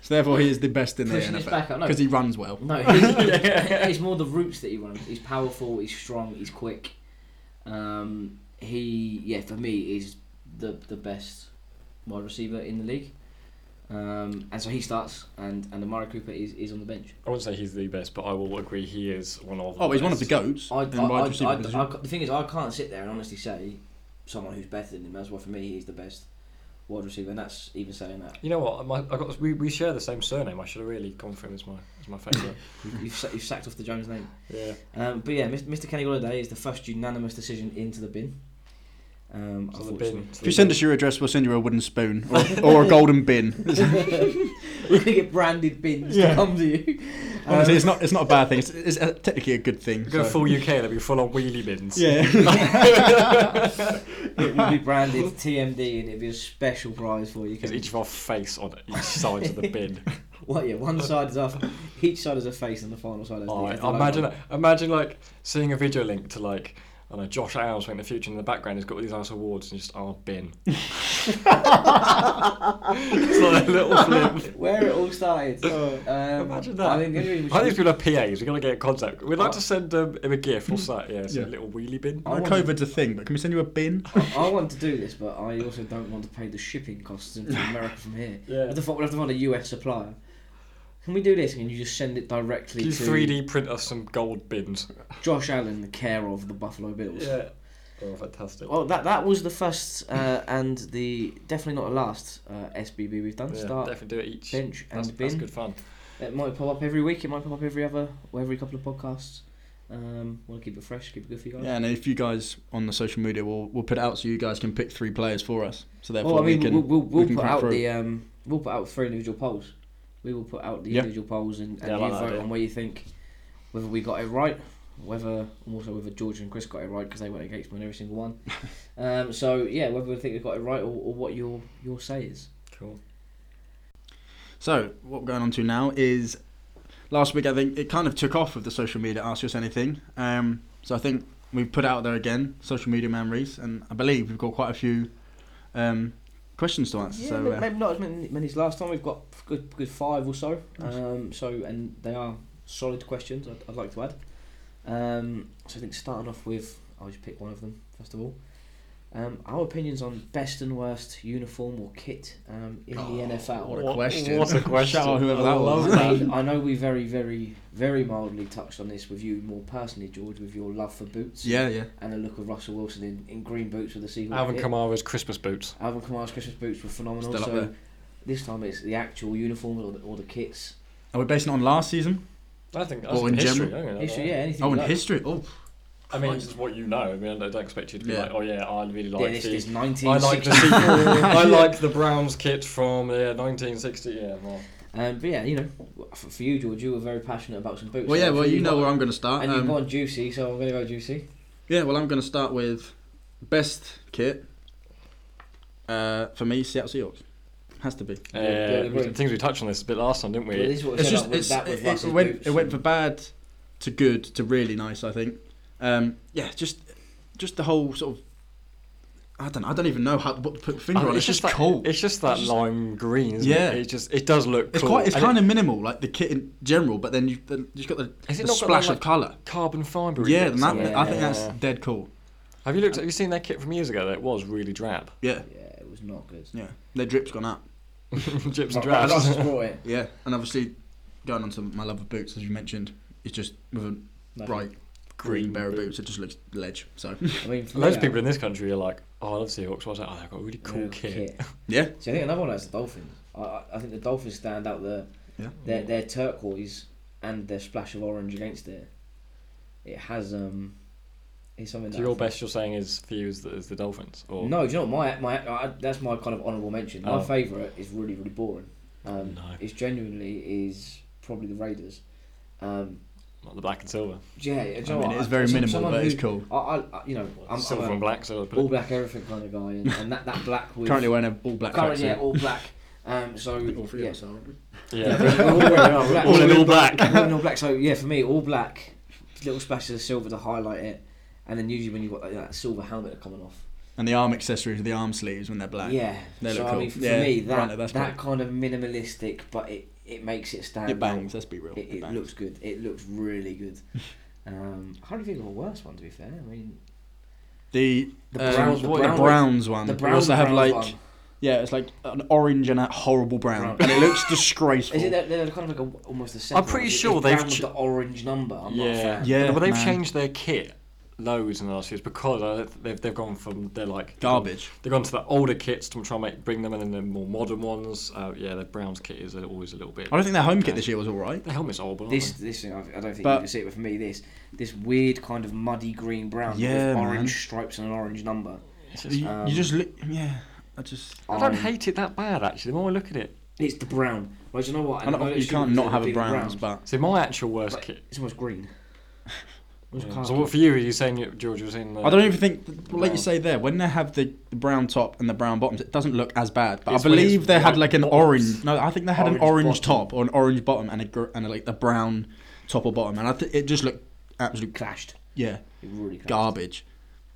Speaker 5: So therefore, he is the best in the
Speaker 6: Pushing his back up,
Speaker 5: NFL
Speaker 6: no.
Speaker 5: because he runs well.
Speaker 6: No, his, it's more the routes that he runs. He's powerful. He's strong. He's quick. Um, he yeah, for me is the the best wide receiver in the league. Um, and so he starts, and and Amari Cooper is, is on the bench.
Speaker 4: I wouldn't say he's the best, but I will agree he is one of.
Speaker 5: Oh, he's one of the
Speaker 4: best.
Speaker 5: goats
Speaker 6: I, I,
Speaker 5: in wide
Speaker 6: I,
Speaker 5: receiver
Speaker 6: I,
Speaker 5: position.
Speaker 6: I ca- the thing is, I can't sit there and honestly say someone who's better than him. That's why for me he's the best wide receiver, and that's even saying that.
Speaker 4: You know what? My, I got, we, we share the same surname. I should have really gone for him as my as my favourite.
Speaker 5: Mm-hmm.
Speaker 6: You've, you've, sa- you've sacked off the Jones name.
Speaker 4: yeah.
Speaker 6: Um, but yeah, Mis- Mr. Kenny Golladay is the first unanimous decision into the bin. Um,
Speaker 4: To the
Speaker 6: unfortunately.
Speaker 4: bin. to
Speaker 5: If
Speaker 4: the
Speaker 5: you send
Speaker 4: bin.
Speaker 5: us your address, we'll send you a wooden spoon or, or a golden bin.
Speaker 6: We're gonna get branded bins to
Speaker 5: Yeah.
Speaker 6: come to you.
Speaker 5: Honestly, it's not it's not a bad thing. It's, it's uh, technically a good thing.
Speaker 4: Go
Speaker 5: so-
Speaker 4: full UK. There'll be full on wheelie bins.
Speaker 5: Yeah.
Speaker 6: Um, It will be branded TMD, and it'll be a special prize for you.
Speaker 4: Because each of our face on each side of the bin.
Speaker 6: Well, yeah, one side is off, each side is a face, and the final side is.
Speaker 4: Oh,
Speaker 6: the,
Speaker 4: I
Speaker 6: is the logo.
Speaker 4: imagine, imagine like seeing a video link to like I don't know Josh Allen's in the future, and in the background he's got all these nice awards, and just our bin. it's like a little flip.
Speaker 6: where it all started. Um,
Speaker 4: Oh, Imagine that.
Speaker 6: I think the only reason we
Speaker 4: I think
Speaker 6: should-
Speaker 4: people are PAs. We're gonna get in contact. We'd like
Speaker 6: Oh.
Speaker 4: to send um, him a gift. What's that? Yeah, it's
Speaker 5: Yeah.
Speaker 4: a little wheelie bin.
Speaker 6: I
Speaker 5: Like
Speaker 6: want-
Speaker 5: COVID's a thing, but can we send you a bin?
Speaker 6: I want to do this, but I also don't want to pay the shipping costs into America from here.
Speaker 4: Yeah.
Speaker 6: We have to, fi- we'll have to find a US supplier. Can we do this? Can you just send it directly
Speaker 4: Can you
Speaker 6: to
Speaker 4: 3D print us some gold bins?
Speaker 6: Josh Allen, the care of the Buffalo Bills?
Speaker 4: Oh, fantastic.
Speaker 6: Well, that that was the first uh, and the definitely not the last uh, SBB we've done.
Speaker 4: yeah,
Speaker 6: Start
Speaker 4: definitely do it each.
Speaker 6: bench and
Speaker 4: That's,
Speaker 6: bin.
Speaker 4: that's good fun.
Speaker 6: It might pop up every week. It might pop up every other or every couple of podcasts. Um, want to keep it fresh, keep it good for you guys.
Speaker 5: Yeah, and if you guys on the social media, we'll we'll put it out so you guys can pick three players for us. So therefore,
Speaker 6: well, I mean,
Speaker 5: we can
Speaker 6: we'll, we'll, we'll
Speaker 5: we can
Speaker 6: put
Speaker 5: crack
Speaker 6: out
Speaker 5: through.
Speaker 6: the um, we'll put out three individual polls. We will put out the
Speaker 5: Yeah.
Speaker 6: individual polls and, and
Speaker 4: Yeah, I
Speaker 6: you
Speaker 4: like that
Speaker 6: vote
Speaker 4: idea.
Speaker 6: on where you think whether we got it right, whether and also whether George and Chris got it right because they went against me on every single one. um, so yeah, whether we think we got it right or, or what your your say is.
Speaker 4: Cool.
Speaker 6: uh,
Speaker 5: So what we're going on to now is last week. I think it kind of took off of the social media. Ask us anything. Um, so I think we've put it out there again. Social media memories, and I believe we've got quite a few um, questions to answer.
Speaker 6: Yeah,
Speaker 5: so
Speaker 6: ma-
Speaker 5: uh,
Speaker 6: maybe not as many, many as last time. We've got good good five or so.
Speaker 5: Nice.
Speaker 6: Um, so and they are solid questions. I'd, I'd like to add. Um, so I think starting off with, I'll just pick one of them first of all. Um, our opinions on best and worst uniform or kit um, in the NFL.
Speaker 5: Oh, what a
Speaker 4: What-
Speaker 5: question!
Speaker 4: what a question. Oh.
Speaker 5: Shout out whoever
Speaker 4: I
Speaker 5: that
Speaker 4: love
Speaker 5: was.
Speaker 4: that.
Speaker 6: I, mean, I know we very, very, very mildly touched on this with you more personally, George, with your love for boots
Speaker 5: Yeah, yeah.
Speaker 6: and the look of Russell Wilson in, in green boots with the Seahawks.
Speaker 4: Alvin
Speaker 6: kit.
Speaker 4: Kamara's Christmas boots.
Speaker 6: Alvin Kamara's Christmas boots were phenomenal.
Speaker 5: Still up
Speaker 6: so
Speaker 5: there.
Speaker 6: this time it's the actual uniforms or the, or the kits.
Speaker 5: Are we basing it on last season?
Speaker 4: I think. I
Speaker 5: Or
Speaker 4: think
Speaker 5: in
Speaker 4: history.
Speaker 5: general.
Speaker 4: I don't know.
Speaker 6: History, yeah, anything.
Speaker 5: Oh,
Speaker 6: you
Speaker 5: in
Speaker 6: like.
Speaker 5: history. Oh,
Speaker 4: I mean, it's just what you know. I mean, I don't expect you to be
Speaker 5: Yeah.
Speaker 4: like, oh yeah, I really
Speaker 6: Yeah,
Speaker 4: like
Speaker 6: this,
Speaker 4: the.
Speaker 6: this
Speaker 4: I like
Speaker 6: 1960.
Speaker 4: the sequel. I like the Browns kit from yeah 1960. Yeah, well,
Speaker 6: Um, but yeah, you know, for, for you, George, you were very passionate about some boots.
Speaker 5: well,
Speaker 6: So
Speaker 5: yeah. Well,
Speaker 6: you've
Speaker 5: you know
Speaker 6: got-
Speaker 5: where I'm going to start.
Speaker 6: And you've
Speaker 5: Um,
Speaker 6: gone juicy, so I'm going to go juicy.
Speaker 5: Yeah, well, I'm going to start with best kit. Uh, for me, Seattle Seahawks. Has to be.
Speaker 4: Uh,
Speaker 6: yeah,
Speaker 4: we-
Speaker 6: agree.
Speaker 4: things we touched on this a bit last time, didn't we?
Speaker 6: Well, this is what we
Speaker 5: It's
Speaker 6: said,
Speaker 5: just
Speaker 6: like,
Speaker 5: it's,
Speaker 6: that was
Speaker 5: it, it
Speaker 6: Russ's
Speaker 5: went
Speaker 6: boots
Speaker 5: it went
Speaker 6: and-
Speaker 5: from bad to good to really nice. I think. Um, yeah, just just the whole sort of. I don't. I don't even know how what to put the
Speaker 4: I
Speaker 5: finger
Speaker 4: mean,
Speaker 5: on. it.
Speaker 4: it's, just, that,
Speaker 5: cool.
Speaker 4: It's just that
Speaker 5: just-
Speaker 4: lime green. Isn't
Speaker 5: Yeah.
Speaker 4: it? it just it does look.
Speaker 5: It's
Speaker 4: cool.
Speaker 5: quite. It's
Speaker 4: And it-
Speaker 5: kind of minimal, like the kit in general. But then you then you've got the,
Speaker 4: Has it
Speaker 5: the
Speaker 4: not got
Speaker 5: splash
Speaker 4: that,
Speaker 5: of colour.
Speaker 4: carbon fibre. in
Speaker 5: Yeah,
Speaker 4: it
Speaker 5: and that,
Speaker 4: somewhere?
Speaker 5: I think that's
Speaker 4: Yeah.
Speaker 5: dead cool.
Speaker 4: Have you looked? Have you seen that kit from years ago? That was really drab.
Speaker 5: Yeah,
Speaker 10: Yeah, it was not good.
Speaker 5: yeah. Their drip's gone up.
Speaker 4: Gyps and
Speaker 6: Right, Russ
Speaker 4: drabs.
Speaker 6: has brought it.
Speaker 5: Yeah, and obviously, going on to my love of boots, as you mentioned, it's just with a
Speaker 6: No.
Speaker 5: bright green pair of boots, it just looks ledge. So
Speaker 6: I mean, for
Speaker 4: Loads
Speaker 6: me,
Speaker 4: of people in this country are like, "Oh, I love Seahawks." What's that? Oh, they've got a really
Speaker 6: I-
Speaker 4: cool
Speaker 6: yeah,
Speaker 4: kit.
Speaker 5: yeah,
Speaker 6: See, I think another one is the Dolphins. I, I I think the Dolphins stand out there.
Speaker 5: Yeah.
Speaker 6: Their, their turquoise and their splash of orange against it. It has um, it's something.
Speaker 4: So
Speaker 6: that I
Speaker 4: your
Speaker 6: think-
Speaker 4: best, you're saying, is for you is the, is the Dolphins, or
Speaker 6: No, do you know what? my my I, that's my kind of honourable mention. My
Speaker 4: Oh.
Speaker 6: favourite is really really boring. Um,
Speaker 4: No.
Speaker 6: It's genuinely is probably the Raiders. Um,
Speaker 4: not the black and silver,
Speaker 6: yeah, do you
Speaker 5: I
Speaker 6: know
Speaker 5: mean,
Speaker 6: what?
Speaker 5: it's very
Speaker 6: some-
Speaker 5: minimal,
Speaker 6: someone
Speaker 5: but it's
Speaker 6: who-
Speaker 5: cool.
Speaker 6: I, I, I- you know, I'm,
Speaker 4: silver
Speaker 6: I'm
Speaker 4: and
Speaker 6: a
Speaker 4: black. So I'd put it-
Speaker 6: all black everything kind of guy, and, and that, that black with
Speaker 5: currently wearing a all black
Speaker 6: current, yeah,
Speaker 5: tracksuit.
Speaker 6: all black. Um, so yeah,
Speaker 4: yeah,
Speaker 6: We're all wearing all black.
Speaker 4: all in all black.
Speaker 6: We're all in all black. So yeah, for me, all black, little splashes of silver to highlight it, and then usually when you've got uh, that, that silver helmet coming off.
Speaker 5: And the arm accessories, the arm sleeves when they're black.
Speaker 6: Yeah.
Speaker 5: They
Speaker 6: so
Speaker 5: look
Speaker 6: I
Speaker 5: cool.
Speaker 6: mean, for
Speaker 5: Yeah,
Speaker 6: me, that
Speaker 5: right, that's
Speaker 6: that
Speaker 5: cool.
Speaker 6: kind of minimalistic, but it it makes it stand.
Speaker 5: It bangs.
Speaker 6: out.
Speaker 5: Let's be real.
Speaker 6: It, it
Speaker 5: bangs.
Speaker 6: looks good. It looks really good. Um, I can't think of a worse one to be fair. I mean,
Speaker 5: the
Speaker 6: The
Speaker 5: um,
Speaker 6: brown-
Speaker 5: the,
Speaker 6: the brown-
Speaker 5: Browns one.
Speaker 6: the
Speaker 5: we
Speaker 6: brown
Speaker 5: also have
Speaker 6: Browns
Speaker 5: like
Speaker 6: one.
Speaker 5: yeah, it's like an orange and a horrible brown, and
Speaker 6: Brown.
Speaker 5: it looks disgraceful.
Speaker 6: Is it that- they're kind of like a, almost the same?
Speaker 4: pretty
Speaker 6: it's
Speaker 4: sure
Speaker 6: brown
Speaker 4: they've
Speaker 6: with
Speaker 4: ch-
Speaker 6: the orange number. I'm not a
Speaker 4: yeah,
Speaker 6: fan.
Speaker 5: Yeah,
Speaker 4: But they've
Speaker 5: man.
Speaker 4: changed their kit loads in the last years because uh, they've they've gone from they're like
Speaker 5: Garbage.
Speaker 4: They've gone to the older kits to try and make, bring them, and then the more modern ones. Uh, yeah, the Browns kit is always a little bit.
Speaker 5: I don't think their home kit this year was all right.
Speaker 4: The helmet's old, but aren't
Speaker 6: This
Speaker 4: they?
Speaker 6: this thing I, I don't think
Speaker 5: But-
Speaker 6: you can see it, but for me this this weird kind of muddy green brown
Speaker 5: Yeah,
Speaker 6: with
Speaker 5: man.
Speaker 6: orange stripes and an orange number.
Speaker 4: It's just-
Speaker 5: You, you
Speaker 6: Um,
Speaker 5: just look, yeah. I just
Speaker 4: I don't
Speaker 6: Um,
Speaker 4: hate it that bad actually. The more I look at it,
Speaker 6: It's the brown. Well, do you know what?
Speaker 5: I
Speaker 6: know
Speaker 5: don't,
Speaker 6: it's
Speaker 5: you can't
Speaker 6: stupid
Speaker 5: not
Speaker 6: because
Speaker 5: have a
Speaker 6: it's been
Speaker 5: Browns,
Speaker 6: brown,
Speaker 5: but
Speaker 4: see my actual worst
Speaker 6: but
Speaker 4: kit.
Speaker 6: it's almost green. Almost khaki.
Speaker 4: So what for you? Are you saying you- George was in? The,
Speaker 5: I don't even think, well, like
Speaker 4: brown.
Speaker 5: you say there, when they have the, the brown top and the brown bottoms, it doesn't look as bad. But
Speaker 4: It's
Speaker 5: I
Speaker 4: when it's
Speaker 5: believe they had
Speaker 4: white
Speaker 5: like an
Speaker 4: bottoms.
Speaker 5: orange. No, I think they had an
Speaker 6: Orange
Speaker 5: orange
Speaker 6: bottom.
Speaker 5: top or an orange bottom and a gr- and a, like a brown top or bottom, and I th- it just looked absolute
Speaker 6: clashed.
Speaker 5: yeah
Speaker 6: It really clashed.
Speaker 5: garbage.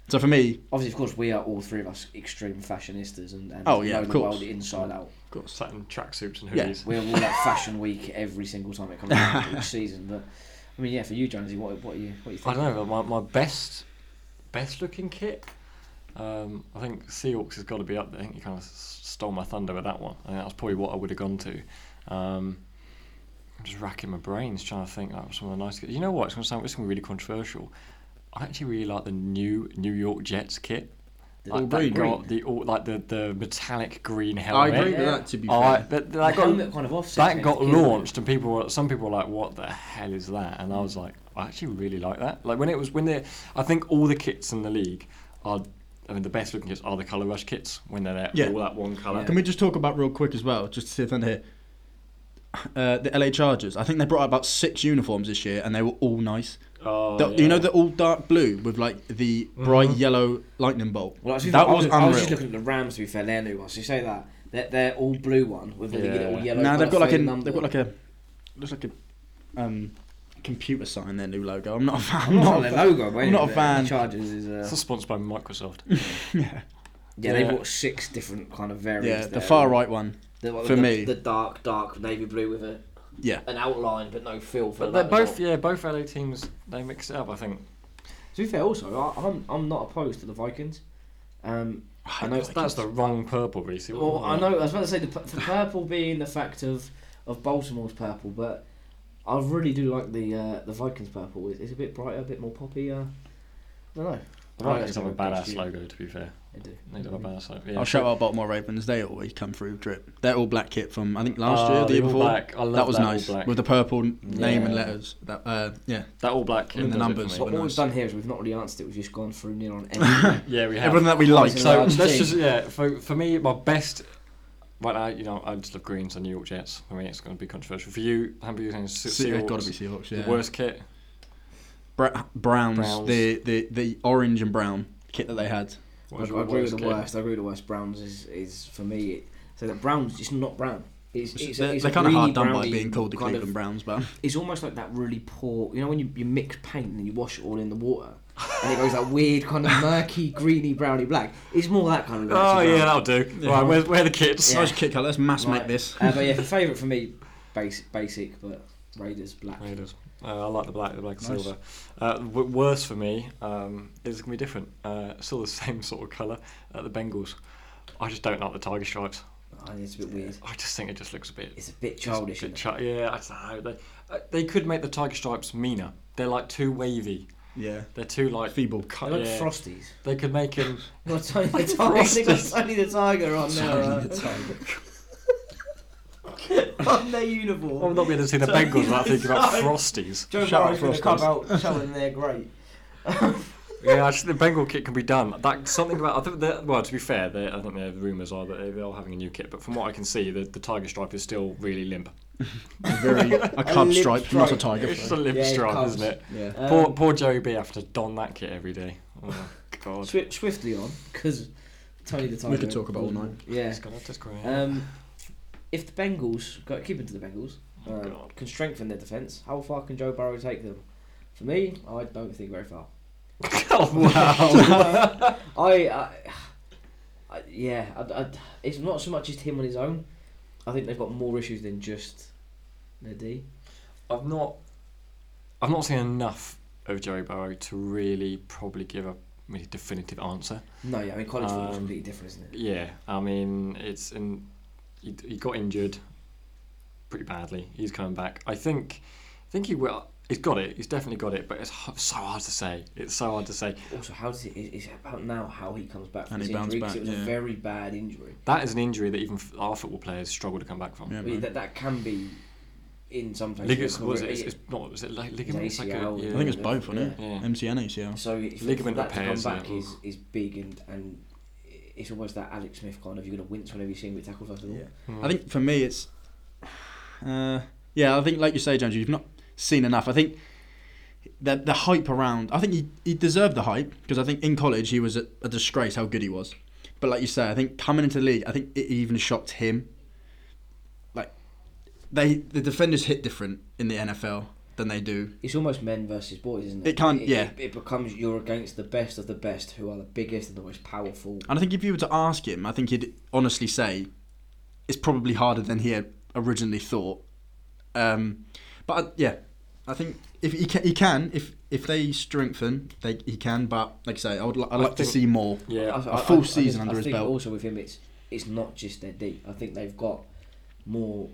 Speaker 5: So for me,
Speaker 6: Obviously, of course, we are all three of us extreme fashionistas and, and
Speaker 5: Oh, yeah,
Speaker 6: know
Speaker 5: of
Speaker 6: the
Speaker 5: course.
Speaker 6: world inside out.
Speaker 4: Sat in tracksuits and
Speaker 5: Yeah.
Speaker 4: hoodies.
Speaker 6: We're all at Fashion Week every single time it comes out each season. But I mean, yeah, for you, Jonesy, what what are you what are you
Speaker 4: I
Speaker 6: think?
Speaker 4: don't know. but My, my best best looking kit. Um, I think Seahawks has got to be up there. I think you kind of s- stole my thunder with that one. I think that's probably what I would have gone to. Um, I'm just racking my brains trying to think like, some of the nice kits. You know what? It's going to sound it's going to be really controversial. I actually really like the new New York Jets kit.
Speaker 6: The
Speaker 4: Like
Speaker 5: all
Speaker 4: that
Speaker 5: green.
Speaker 4: got the all, like the, the metallic green helmet.
Speaker 5: agree
Speaker 6: with that,
Speaker 5: to be
Speaker 4: Oh,
Speaker 5: fair.
Speaker 4: I- that, that
Speaker 6: The
Speaker 4: got,
Speaker 6: helmet kind of offsets
Speaker 4: that
Speaker 6: it,
Speaker 4: got
Speaker 6: isn't it?
Speaker 4: launched and people were some people were like what the hell is that and i was like i actually really like that like when it was when they i think all the kits in the league are i mean the best looking kits are the color rush kits when they're there,
Speaker 5: Yeah.
Speaker 4: all that one color
Speaker 5: Can we just talk about real quick as well, just to see if I'm here? Uh, the LA Chargers. I think they brought out about six uniforms this year, and they were all nice.
Speaker 4: oh,
Speaker 5: The- You know, they're all dark blue with like the bright yellow lightning bolt.
Speaker 6: Well, actually,
Speaker 5: that
Speaker 6: I
Speaker 5: was
Speaker 6: was, I was just
Speaker 5: unreal.
Speaker 6: looking at the Rams to be fair, their new one. So you say that they're, they're all blue one with the
Speaker 4: Yeah.
Speaker 6: little yellow.
Speaker 5: No,
Speaker 6: kind
Speaker 5: they've
Speaker 6: of
Speaker 5: got like a
Speaker 6: faded number.
Speaker 5: they've got like a looks like a um, computer sign their new logo. I'm not a fan.
Speaker 6: I'm not,
Speaker 5: a
Speaker 6: their
Speaker 5: fan.
Speaker 6: logo. but
Speaker 5: I'm not a
Speaker 6: anyway,
Speaker 5: fan.
Speaker 6: The Chargers is uh,
Speaker 4: it's sponsored by microsoft
Speaker 6: yeah, they've
Speaker 4: Yeah.
Speaker 6: got six different kind of variants.
Speaker 5: Yeah, the
Speaker 6: there.
Speaker 5: far right one.
Speaker 6: The-
Speaker 5: for
Speaker 6: the,
Speaker 5: me.
Speaker 6: the dark, dark navy blue with a,
Speaker 5: Yeah,
Speaker 6: an outline but no fill for.
Speaker 4: but they're
Speaker 6: that
Speaker 4: both
Speaker 6: at all.
Speaker 4: yeah both la teams they mix it up i think
Speaker 6: To be fair, also, I, I'm I'm not opposed to the Vikings. Um, I know
Speaker 4: that's the wrong purple really see what-
Speaker 6: Well, I know. I was about to say the, pu- the purple being the fact of, of Baltimore's purple, but I really do like the uh, the Vikings purple. It's, it's a bit brighter, a bit more poppy. Uh, I don't know.
Speaker 4: the
Speaker 6: I like
Speaker 4: vikings
Speaker 6: that
Speaker 4: have a
Speaker 6: kind of
Speaker 4: badass
Speaker 6: texture.
Speaker 4: logo to be fair
Speaker 6: They do.
Speaker 4: they do have a badass logo yeah.
Speaker 5: Mm-hmm. I'll shout out Baltimore Ravens. They always come through drip. They're all black kit from I think last
Speaker 4: Oh,
Speaker 5: year, the
Speaker 4: the
Speaker 5: year
Speaker 4: all
Speaker 5: before.
Speaker 4: black. I love
Speaker 5: that was
Speaker 4: that all
Speaker 5: nice
Speaker 4: black.
Speaker 5: with the purple name and
Speaker 6: Yeah.
Speaker 5: letters. That uh, yeah,
Speaker 4: that all black kit
Speaker 5: And the
Speaker 4: does it for
Speaker 5: numbers.
Speaker 4: me.
Speaker 6: What, what
Speaker 5: nice.
Speaker 6: we've done here is we've not really answered it. We've just gone through near on every.
Speaker 4: yeah we have
Speaker 5: everything that we like.
Speaker 6: It's
Speaker 4: So
Speaker 6: large
Speaker 4: let's
Speaker 6: team.
Speaker 4: just yeah. For for me, my best. Right now, you know, I just love greens and New York Jets. I mean, it's going to be controversial for you. Hamburg using Se-
Speaker 5: Se-
Speaker 4: Seahawks.
Speaker 5: it's got to be Seahawks. Yeah.
Speaker 4: The worst kit.
Speaker 5: Bra- Browns,
Speaker 4: Browns.
Speaker 5: The, the the orange and brown kit that they had.
Speaker 6: I,
Speaker 4: What
Speaker 6: I
Speaker 4: was your
Speaker 6: agree with the
Speaker 4: kit?
Speaker 6: worst. I agree with the worst. Browns is, is for me. It, So that Brown's just not Brown. It's, it's, a-
Speaker 5: they're
Speaker 6: it's
Speaker 5: they're
Speaker 6: a
Speaker 5: kind of
Speaker 6: really
Speaker 5: hard done by
Speaker 6: browny
Speaker 5: being called the
Speaker 6: kind of-
Speaker 5: Cleveland Browns, but
Speaker 6: It's almost like that really poor. You know when you, you mix paint and you wash it all in the water, and it goes that weird kind of murky, greeny, browny black. It's more that kind of. look,
Speaker 4: Oh
Speaker 6: actually,
Speaker 4: yeah,
Speaker 6: Brown.
Speaker 4: that'll do. Right, where, where are the kids?
Speaker 6: Yeah.
Speaker 5: nice kick out. Let's mass
Speaker 6: Right.
Speaker 5: make this.
Speaker 6: Uh, but yeah, for favourite for me, basic, basic, but Raiders black.
Speaker 4: Raiders. Uh, I like the black, the black and
Speaker 5: Nice.
Speaker 4: silver. Uh, w- worse for me um, is going to be different. Uh, still the same sort of colour. Uh, the Bengals. I just don't like the tiger stripes.
Speaker 6: Oh, it's a bit weird.
Speaker 4: I just think it just looks a bit
Speaker 6: It's a bit
Speaker 4: just a
Speaker 6: childish.
Speaker 4: bit
Speaker 6: isn't it?
Speaker 4: chi- yeah, I don't know. They, uh, they could make the tiger stripes meaner. They're like too wavy.
Speaker 5: Yeah,
Speaker 4: They're too like
Speaker 5: feeble.
Speaker 4: cut.
Speaker 6: They look
Speaker 4: yeah.
Speaker 6: frosties.
Speaker 4: They could make them.
Speaker 6: Got Tony the Tiger. They got Tony the Tiger on their, uh, on their uniform.
Speaker 4: I'm not going to see the
Speaker 6: Sorry.
Speaker 4: Bengals without thinking about
Speaker 6: Sorry.
Speaker 4: frosties.
Speaker 6: Joe
Speaker 5: Shout
Speaker 6: Burrow's
Speaker 5: out
Speaker 6: going to
Speaker 5: Frosties.
Speaker 6: come out showing they're great.
Speaker 4: Yeah, actually, the Bengal kit can be done. That something about. I think that. Well, to be fair, they- I think the rumours are that they- they're all having a new kit. But from what I can see, the, the tiger stripe is still really limp.
Speaker 5: Very a cub
Speaker 6: lip
Speaker 5: stripe, not a
Speaker 6: stripe.
Speaker 5: tiger.
Speaker 4: It's just a limp
Speaker 6: Yeah, it
Speaker 4: stripe,
Speaker 6: comes.
Speaker 4: isn't it?
Speaker 5: Yeah.
Speaker 6: Um,
Speaker 4: poor poor Joey B have to don that kit every day. Oh my god.
Speaker 6: Um, Swi- swiftly on, because Tony the Tiger.
Speaker 5: We could talk about all night.
Speaker 6: Yeah.
Speaker 4: It's gonna disgrace.
Speaker 6: Um, if the Bengals go keep into the Bengals,
Speaker 4: Oh,
Speaker 6: uh,
Speaker 4: God.
Speaker 6: can strengthen their defense. How far can Joe Burrow take them? For me, I don't think very far.
Speaker 4: oh, wow.
Speaker 6: I, I, I yeah, I, I, it's not so much just him on his own. I think they've got more issues than just their D.
Speaker 4: I've not. I've not seen enough of Joey Burrow to really probably give a really definitive answer.
Speaker 6: No, yeah, I mean college football's
Speaker 4: Um,
Speaker 6: completely different, isn't it?
Speaker 4: Yeah, I mean, it's in. He, he got injured pretty badly. He's coming back. I think. I think he will. He's got it. He's definitely got it. But it's h- so hard to say. It's so hard to say.
Speaker 6: Also, how does it? it- It's about now how he comes back from
Speaker 5: And
Speaker 6: his
Speaker 5: he bounced
Speaker 6: injury because it
Speaker 5: back,
Speaker 6: was
Speaker 5: yeah.
Speaker 6: a very bad injury.
Speaker 4: That is an injury that even f- our football players struggle to come back from.
Speaker 5: Yeah,
Speaker 6: I mean,
Speaker 5: man.
Speaker 6: that that can be in some places.
Speaker 4: Ligaments
Speaker 6: your
Speaker 4: was it?
Speaker 6: career-
Speaker 4: It's, it's not. Was it like ligament? It's like a-
Speaker 6: ACL.
Speaker 4: yeah.
Speaker 5: I think it's both, isn't it?
Speaker 4: Yeah.
Speaker 5: MCN ACL.
Speaker 6: So if
Speaker 4: Ligament
Speaker 6: ligament that to come
Speaker 4: repairs,
Speaker 6: back
Speaker 4: yeah.
Speaker 6: is, is big and, and it's almost that Alex Smith kind of you're gonna wince whenever you see him get tackled first of all.
Speaker 5: Yeah.
Speaker 4: Mm.
Speaker 5: I think for me, it's uh, yeah. I think like you say, Jones, you've not seen enough. I think the the hype around. I think he he deserved the hype because I think in college he was a, a disgrace how good he was. But like you say, I think coming into the league, I think it even shocked him. Like they the defenders hit different in the NFL than they do.
Speaker 6: It's almost men versus boys, isn't it?
Speaker 5: It can't-
Speaker 6: It,
Speaker 5: yeah.
Speaker 6: It, it becomes you're against the best of the best, who are the biggest and the most powerful.
Speaker 5: And I think if you were to ask him, I think he'd honestly say it's probably harder than he had originally thought. Um, but I, yeah, I think if he can, he can if if they strengthen, they he can. But like I say, I would li- I'd
Speaker 4: I
Speaker 5: like to
Speaker 4: think-
Speaker 5: see more.
Speaker 4: Yeah.
Speaker 5: A full season
Speaker 6: think-
Speaker 5: under his
Speaker 6: think
Speaker 5: belt.
Speaker 6: Also with him, it's it's not just their D. I think they've got more.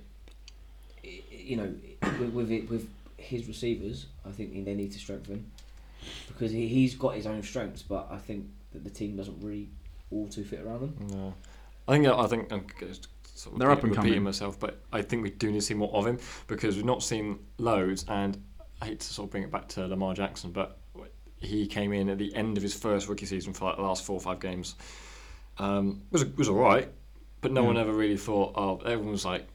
Speaker 6: i- You know, with with, it, with his receivers, I think they need to strengthen because he, he's got his own strengths, but I think that the team doesn't really all too fit around them.
Speaker 4: No, I think I think I'm g- sort of
Speaker 5: They're
Speaker 4: repeating,
Speaker 5: up and
Speaker 4: repeating
Speaker 5: coming.
Speaker 4: myself, but I think we do need to see more of him because we've not seen loads. And I hate to sort of bring it back to Lamar Jackson, but he came in at the end of his first rookie season for like the last four or five games. Um, was was all right, but no one ever really thought. Oh, everyone was like,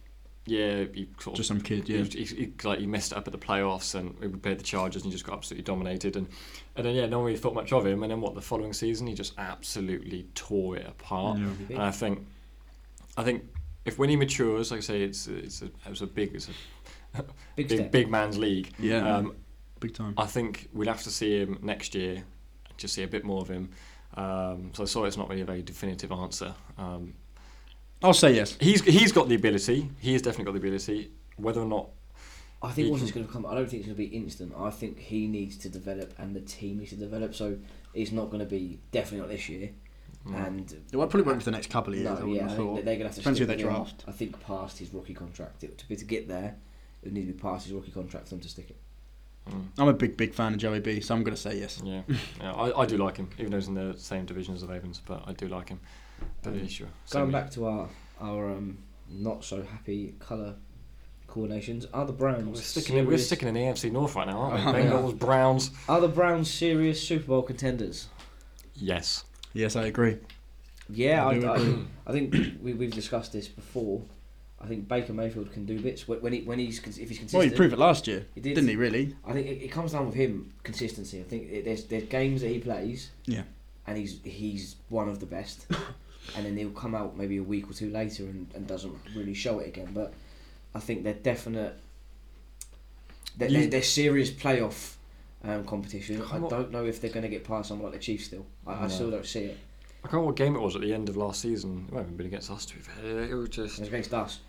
Speaker 4: yeah, he sort of
Speaker 5: Just some kid,
Speaker 4: he-
Speaker 5: yeah.
Speaker 4: He, he, like he messed it up at the playoffs and we played the Chargers and he just got absolutely dominated and and then yeah, no one really thought much of him and then what the following season he just absolutely tore it apart.
Speaker 5: Yeah.
Speaker 4: And I think I think if when he matures, like I say, it's it's a it was a big it's a
Speaker 6: Big,
Speaker 4: big
Speaker 6: step.
Speaker 4: big man's league.
Speaker 5: Yeah,
Speaker 4: Um,
Speaker 5: big time.
Speaker 4: I think we'll have to see him next year, just see a bit more of him. Um, so I saw it's not really a very definitive answer. Um,
Speaker 5: I'll say yes.
Speaker 4: he's he's got the ability. He has definitely got the ability. Whether or not
Speaker 6: I
Speaker 4: He
Speaker 6: think
Speaker 4: can-
Speaker 6: what's going to come. I don't think it's going to be instant. I think he needs to develop, and the team needs to develop. So it's not going to be definitely not this year.
Speaker 4: Mm.
Speaker 6: And
Speaker 5: Well, I probably won't for the next couple of years. I
Speaker 6: no,
Speaker 5: wouldn't
Speaker 6: yeah, I
Speaker 5: have
Speaker 6: think that
Speaker 5: thought.
Speaker 6: they're going to have to.
Speaker 5: Depends who
Speaker 6: stick
Speaker 5: they
Speaker 6: him,
Speaker 5: draft.
Speaker 6: I think past his rookie contract. It, to be to get there, it would need to be past his rookie contract for them to stick it.
Speaker 5: I'm a big, big fan of Joey B, so I'm gonna say yes.
Speaker 4: Yeah, yeah I, I do like him, even though he's in the same division as the Ravens, but I do like him. But yeah, sure.
Speaker 6: Going
Speaker 4: Same
Speaker 6: back to our our um, not so happy colour coordinations, are the Browns
Speaker 4: here. We're sticking, in, we're
Speaker 6: serious-
Speaker 4: sticking in the AFC North right now, aren't we?
Speaker 5: Uh-huh.
Speaker 4: Bengals, Browns.
Speaker 6: Are the Browns serious Super Bowl contenders?
Speaker 4: Yes.
Speaker 5: Yes, I agree.
Speaker 6: Yeah,
Speaker 5: I
Speaker 6: I,
Speaker 5: do
Speaker 6: I,
Speaker 5: agree.
Speaker 6: I think we, we've discussed this before. I think Baker Mayfield can do bits when when, he, when he's cons- if he's
Speaker 5: Well, he
Speaker 6: consistent.
Speaker 5: proved it last year,
Speaker 6: He did.
Speaker 5: did. not he? Really?
Speaker 6: I think it, it comes down with him consistency. I think it, there's there's games that he plays
Speaker 5: Yeah.
Speaker 6: and he's he's one of the best. and then he'll come out maybe a week or two later and, and doesn't really show it again. But I think they're definite. They're,
Speaker 5: You-
Speaker 6: they're, they're serious playoff um, competition. I
Speaker 4: I'm not-
Speaker 6: don't know if they're going to get past someone like the Chiefs still. I, I
Speaker 4: No.
Speaker 6: still don't see it.
Speaker 4: I can't remember what game it was at the end of last season. It might have been against us, to be fair. It was
Speaker 6: It
Speaker 4: just.
Speaker 6: was against us.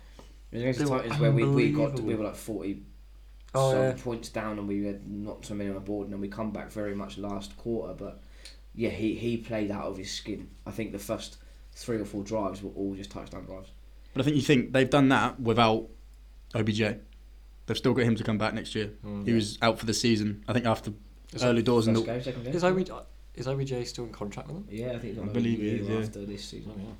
Speaker 6: It was against
Speaker 4: They
Speaker 6: the
Speaker 4: were
Speaker 6: Titans where we, we got we
Speaker 4: unbelievable.
Speaker 6: were like forty
Speaker 4: Oh,
Speaker 6: some
Speaker 4: yeah.
Speaker 6: points down and we had not so many on the board and then we come back very much last quarter. But yeah, he, he played out of his skin. I think the first three or four drives were all just touchdown drives.
Speaker 5: But I think you think they've done that without OBJ. They've still got him to come back next year.
Speaker 4: Mm.
Speaker 5: He was out for the season. I think after
Speaker 4: Is
Speaker 5: early doors in
Speaker 6: First
Speaker 5: the
Speaker 6: game, second game.
Speaker 4: Is OBJ, is OBJ still in contract with them?
Speaker 6: Yeah, I think he's
Speaker 5: I
Speaker 6: on
Speaker 5: believe he
Speaker 6: year
Speaker 5: is, yeah.
Speaker 6: after this season.
Speaker 4: Oh,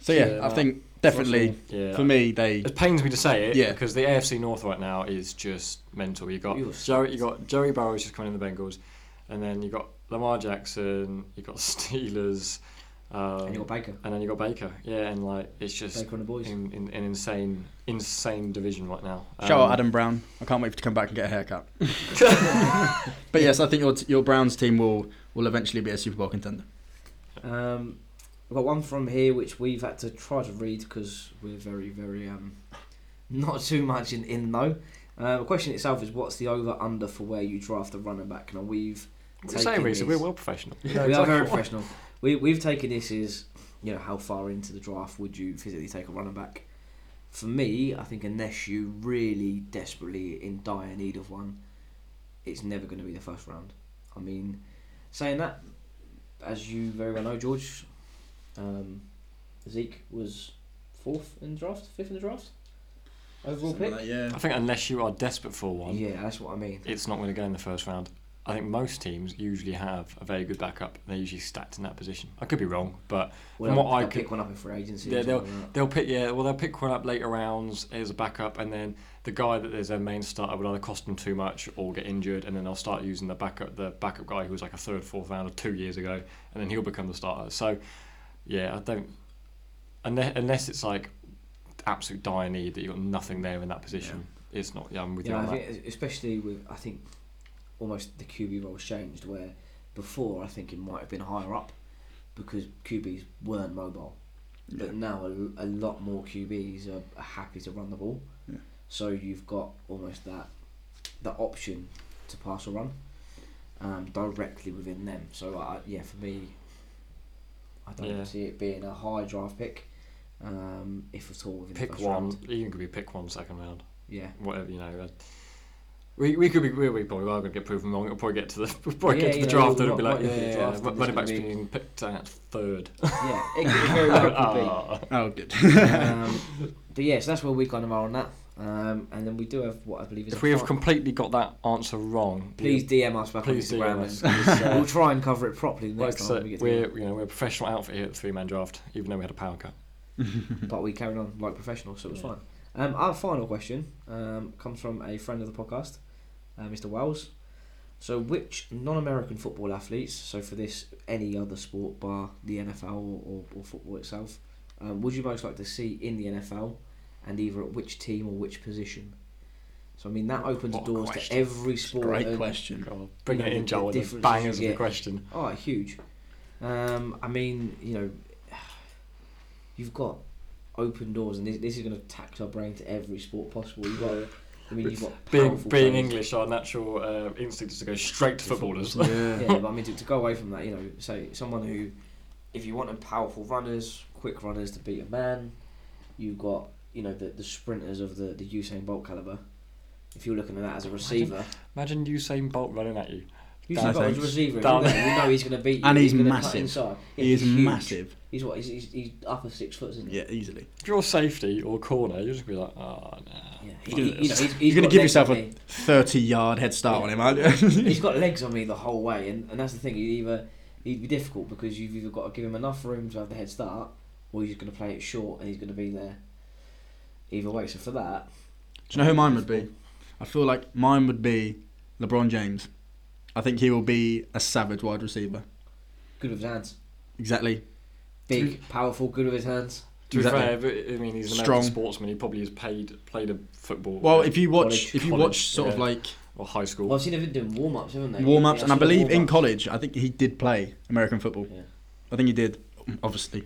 Speaker 5: So yeah,
Speaker 4: Yeah,
Speaker 5: I
Speaker 4: no.
Speaker 5: think definitely
Speaker 4: yeah. yeah.
Speaker 5: for me they
Speaker 4: It pains me to say it,
Speaker 5: Yeah.
Speaker 4: because the AFC North right now is just mental. You got
Speaker 6: You were
Speaker 4: Joey, you got Joey Burrow's just coming in the Bengals, and then you got Lamar Jackson, you got Steelers, um,
Speaker 6: And you got Baker.
Speaker 4: and then you got Baker. Yeah, and like it's just
Speaker 6: Baker and the boys.
Speaker 4: in, in, an insane, insane division right now.
Speaker 5: shout out
Speaker 4: Um,
Speaker 5: Adam Brown. I can't wait for you to come back and get a haircut. but yes, I think your your Browns team will will eventually be a Super Bowl contender.
Speaker 6: Um, I've got one from here which we've had to try to read because we're very, very um, not too much in in though. Uh, the question itself is what's the over under for where you draft a running back? Now we've
Speaker 4: We're saying Reece,
Speaker 6: this-
Speaker 4: we're well professional. You know
Speaker 6: we are
Speaker 4: exactly
Speaker 6: very
Speaker 4: what-
Speaker 6: professional. We we've taken this as you know how far into the draft would you physically take a running back? For me, I think unless you really desperately in dire need of one, it's never going to be the first round. I mean, saying that, as you very well know, George, um, Zeke was fourth in the draft, fifth in the draft, overall pick.
Speaker 5: yeah.
Speaker 4: I think unless you are desperate for one,
Speaker 6: Yeah, that's what I mean.
Speaker 4: it's not going to go in the first round. I think most teams usually have a very good backup. They're usually stacked in that position. I could be wrong, but
Speaker 6: Well,
Speaker 4: From what
Speaker 6: I'll,
Speaker 4: I
Speaker 6: I'll
Speaker 4: could-
Speaker 6: pick one up in free agency. or
Speaker 4: Yeah, they'll
Speaker 6: something like that.
Speaker 4: they'll pick yeah well they'll pick one up later rounds as a backup and then the guy that is their main starter will either cost them too much or get injured and then they'll start using the backup the backup guy who was like a third fourth rounder two years ago and then he'll become the starter so yeah I don't unless, unless it's like absolute dire need that you've got nothing there in that position it's not yeah I'm with you
Speaker 6: Yeah,
Speaker 4: on
Speaker 6: I
Speaker 4: that
Speaker 6: think, especially with I think almost the QB role's changed where before I think it might have been higher up because QBs weren't mobile, but now a, a lot more QBs are, are happy to run the ball.
Speaker 5: Yeah.
Speaker 6: So you've got almost that the option to pass or run um, directly within them. So I yeah, for me, I don't
Speaker 4: Yeah.
Speaker 6: see it being a high drive pick. Um, if at all, within the
Speaker 4: pick
Speaker 6: first
Speaker 4: one
Speaker 6: round.
Speaker 4: even could be pick one second round
Speaker 6: yeah.
Speaker 4: whatever you know. uh, We, we could be we, we probably are going to get proven wrong. It'll probably get to the we'll probably
Speaker 6: Yeah,
Speaker 4: get to the
Speaker 6: you know,
Speaker 4: draft and it'll
Speaker 6: we'll
Speaker 4: be
Speaker 6: not-
Speaker 4: like
Speaker 6: not
Speaker 4: yeah,
Speaker 6: get to the
Speaker 4: yeah,
Speaker 6: draft and
Speaker 4: yeah,
Speaker 6: it's
Speaker 4: running backs
Speaker 6: gonna be-
Speaker 4: being picked at third.
Speaker 6: Yeah, it could very well could
Speaker 5: Oh, good.
Speaker 4: Ah.
Speaker 6: be. um, but yeah, so that's where we kind of are on that. Um, and then we do have what I believe is. a
Speaker 4: If we have
Speaker 6: fi-
Speaker 4: completely got that answer wrong,
Speaker 6: please DM us back
Speaker 4: Please
Speaker 6: on
Speaker 4: DM
Speaker 6: Instagram.
Speaker 4: us.
Speaker 6: and we'll try and cover it properly
Speaker 4: we
Speaker 6: the
Speaker 4: like
Speaker 6: next
Speaker 4: to
Speaker 6: time
Speaker 4: say,
Speaker 6: we get
Speaker 4: we're
Speaker 6: together.
Speaker 4: you know we're a professional outfit here at the three man draft, even though we had a power cut.
Speaker 6: But we carried on like professionals, so it was
Speaker 4: Mm-hmm. Yeah.
Speaker 6: fine. Um, our final question um, comes from a friend of the podcast, uh, Mr. Wells. So, which non-American football athletes? So, for this, any other sport bar the NFL or, or, or football itself, um, would you most like to see in the NFL, and either at which team or which position? So, I mean, that opens
Speaker 4: What a
Speaker 6: doors to
Speaker 4: question.
Speaker 6: every sport.
Speaker 5: Great
Speaker 6: and-
Speaker 5: question.
Speaker 4: Bring
Speaker 6: You know,
Speaker 4: it in,
Speaker 6: the
Speaker 4: Joel, with the
Speaker 6: difference
Speaker 4: bangers
Speaker 6: you
Speaker 4: of the
Speaker 6: get.
Speaker 4: question.
Speaker 6: Oh, huge. Um, I mean, you know, you've got open doors, and this, this is going to tax our brain to every sport possible. You've got, I mean, you've got
Speaker 4: Being
Speaker 6: powerful
Speaker 4: being
Speaker 6: players.
Speaker 4: English, our natural uh, instinct is to go straight to footballers.
Speaker 5: yeah.
Speaker 6: Yeah, but I mean, to, to go away from that, you know, say someone who, if you want them powerful runners, quick runners to beat a man, you've got, you know, the, the sprinters of the, the Usain Bolt caliber. If you're looking at that as a receiver,
Speaker 4: Imagine Usain Bolt running at you.
Speaker 6: Usain Bolt as a
Speaker 5: Thanks.
Speaker 6: receiver, you know,
Speaker 4: Done.
Speaker 6: you know he's going to beat you.
Speaker 5: And he's
Speaker 6: gonna
Speaker 5: massive.
Speaker 6: Cut inside. Yeah,
Speaker 5: He is
Speaker 6: he's huge.
Speaker 5: massive.
Speaker 6: He's what? He's, he's, he's upper six foot, isn't he?
Speaker 5: Yeah, easily.
Speaker 4: If you're safety or corner, you're just gonna be like, oh nah.
Speaker 6: Yeah,
Speaker 5: You're gonna-
Speaker 6: he- you know, he's, he's
Speaker 5: You're going
Speaker 6: got
Speaker 5: to give
Speaker 6: legs
Speaker 5: yourself
Speaker 6: on
Speaker 5: a
Speaker 6: me.
Speaker 5: 30 yard head start on him, aren't you?
Speaker 6: He's got legs on me the whole way, and, and that's the thing. You either he'd be difficult because you've either got to give him enough room to have the head start, or he's going to play it short and he's going to be there. Either way, so for that,
Speaker 5: Do you know who mine would be? I feel like mine would be LeBron James. I think he will be a savage wide receiver.
Speaker 6: good with his hands,
Speaker 5: Exactly.
Speaker 6: big, powerful, good with his hands.
Speaker 4: To be
Speaker 5: Exactly.
Speaker 4: fair, but, I mean, he's an
Speaker 5: Strong.
Speaker 4: American sportsman. He probably has paid played a football.
Speaker 5: Well,
Speaker 4: uh,
Speaker 5: if you watch,
Speaker 6: College.
Speaker 5: if you
Speaker 4: College,
Speaker 5: watch sort of
Speaker 4: yeah.
Speaker 5: like
Speaker 4: or high school.
Speaker 6: Well, I've seen him doing warm ups, haven't they?
Speaker 5: warm ups,
Speaker 6: Yeah,
Speaker 5: and I
Speaker 6: I've seen him
Speaker 5: believe in
Speaker 6: warm-ups.
Speaker 5: college, I think he did play American football.
Speaker 6: Yeah.
Speaker 5: I think he did, obviously,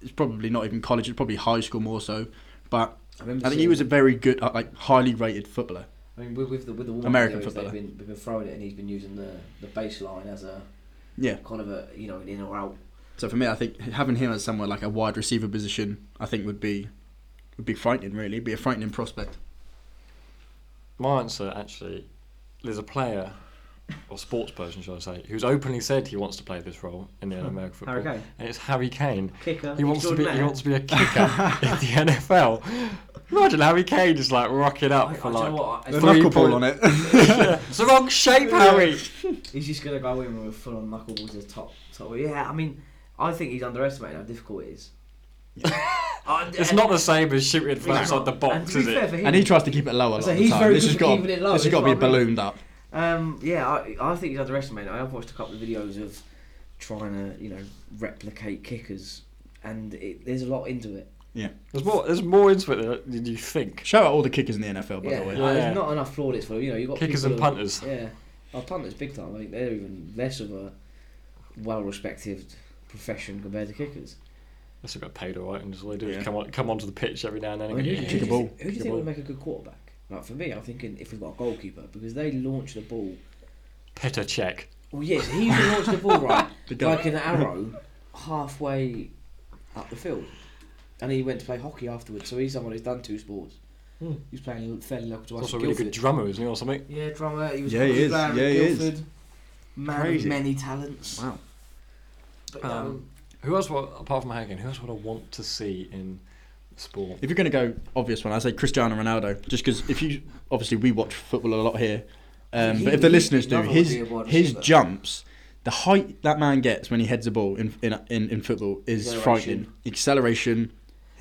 Speaker 5: it's probably not even college, it's probably high school more so. But
Speaker 11: I, remember
Speaker 5: I think he
Speaker 11: seeing-
Speaker 5: was a very good, uh, like highly rated footballer.
Speaker 6: I mean, with, with the with the warm-up
Speaker 5: American
Speaker 6: videos,
Speaker 5: footballer.
Speaker 6: They've been, they've been throwing it, and he's been using the the baseline as a
Speaker 5: Yeah.
Speaker 6: kind of a you know an in or out.
Speaker 5: So for me, I think having him as somewhere like a wide receiver position, I think would be would be frightening. Really, It'd be a frightening prospect.
Speaker 4: My answer actually, there's a player, or sports person, should I say, who's openly said he wants to play this role in the
Speaker 6: Hmm.
Speaker 4: American football,
Speaker 11: Harry Kane.
Speaker 4: and it's Harry Kane.
Speaker 11: Kicker.
Speaker 4: He wants to be. He
Speaker 11: extraordinaire.
Speaker 4: wants to be a kicker in the NFL. Imagine Harry Kane just like rocking up
Speaker 6: I, I,
Speaker 4: for
Speaker 6: do you know
Speaker 4: like.
Speaker 6: what? I-
Speaker 5: The
Speaker 4: Three
Speaker 5: knuckleball
Speaker 4: point-
Speaker 5: on it.
Speaker 4: It's the wrong shape, Harry.
Speaker 6: He's just gonna go in with a full on knuckleball to the top. top. Yeah, I mean, I think he's underestimating how difficult it is. I-
Speaker 4: It's
Speaker 6: and-
Speaker 4: not the same as shooting
Speaker 6: it's
Speaker 4: from outside
Speaker 6: not.
Speaker 4: the
Speaker 6: And
Speaker 4: box,
Speaker 6: to be
Speaker 4: is
Speaker 6: fair
Speaker 4: it?
Speaker 6: for him,
Speaker 5: and he tries to keep it low a lot
Speaker 6: So
Speaker 5: of the
Speaker 6: he's
Speaker 5: time.
Speaker 6: very
Speaker 5: this
Speaker 6: good
Speaker 5: has
Speaker 6: at
Speaker 5: got
Speaker 6: keeping it low,
Speaker 5: this has
Speaker 6: that's
Speaker 5: got to be
Speaker 6: what I mean.
Speaker 5: ballooned up.
Speaker 6: Um, yeah, I, I think he's underestimated. I have watched a couple of videos of trying to, you know, replicate kickers, and it, there's a lot into it.
Speaker 4: There's more. There's more into it than you think.
Speaker 5: Shout out all the kickers in the NFL, by
Speaker 6: yeah,
Speaker 5: the way.
Speaker 6: uh,
Speaker 4: Yeah.
Speaker 6: there's not enough plaudits for you know you got
Speaker 4: Kickers
Speaker 6: people
Speaker 4: and
Speaker 6: who-
Speaker 4: punters.
Speaker 6: Yeah, oh, punters big time. I think they're even less of a well-respected profession compared to kickers.
Speaker 4: Unless they got paid all right, and just all they do
Speaker 5: Yeah.
Speaker 4: is come on, come onto the pitch every now and then.
Speaker 6: I
Speaker 4: And
Speaker 6: mean,
Speaker 4: go,
Speaker 6: who,
Speaker 4: yeah,
Speaker 6: do you
Speaker 5: kick a
Speaker 6: think-
Speaker 5: ball,
Speaker 6: who do you
Speaker 5: kick a
Speaker 6: think
Speaker 5: ball.
Speaker 6: would make a good quarterback? Like for me, I'm thinking if we've got a goalkeeper because they launch the ball.
Speaker 4: Petter check.
Speaker 6: Well, yes, he would launch the ball right,
Speaker 5: The goal.
Speaker 6: like an arrow, halfway up the field. And he went to play hockey afterwards, so he's someone who's done two sports.
Speaker 4: Hmm.
Speaker 6: He's playing fairly local to us.
Speaker 4: Also, a
Speaker 6: in
Speaker 4: really good
Speaker 6: Guildford.
Speaker 4: drummer, isn't he, or something?
Speaker 6: yeah, drummer. He was
Speaker 5: Yeah, he
Speaker 6: he
Speaker 5: is. Yeah, he is.
Speaker 6: Man
Speaker 5: Crazy.
Speaker 6: of many talents.
Speaker 5: Wow.
Speaker 6: But,
Speaker 4: Um,
Speaker 6: um,
Speaker 4: Who else? Would, apart from Hagen, who else would I want to see in sport?
Speaker 5: If you're going to go obvious one, I say Cristiano Ronaldo, just because if you obviously we watch football a lot here, um,
Speaker 6: He-
Speaker 5: but if the
Speaker 6: he-
Speaker 5: listeners
Speaker 6: he'd
Speaker 5: do,
Speaker 6: love it
Speaker 5: his
Speaker 6: to be a wide
Speaker 5: his
Speaker 6: receiver.
Speaker 5: jumps, the height that man gets when he heads a ball in in in, in football is
Speaker 6: Acceleration.
Speaker 5: frightening. Acceleration,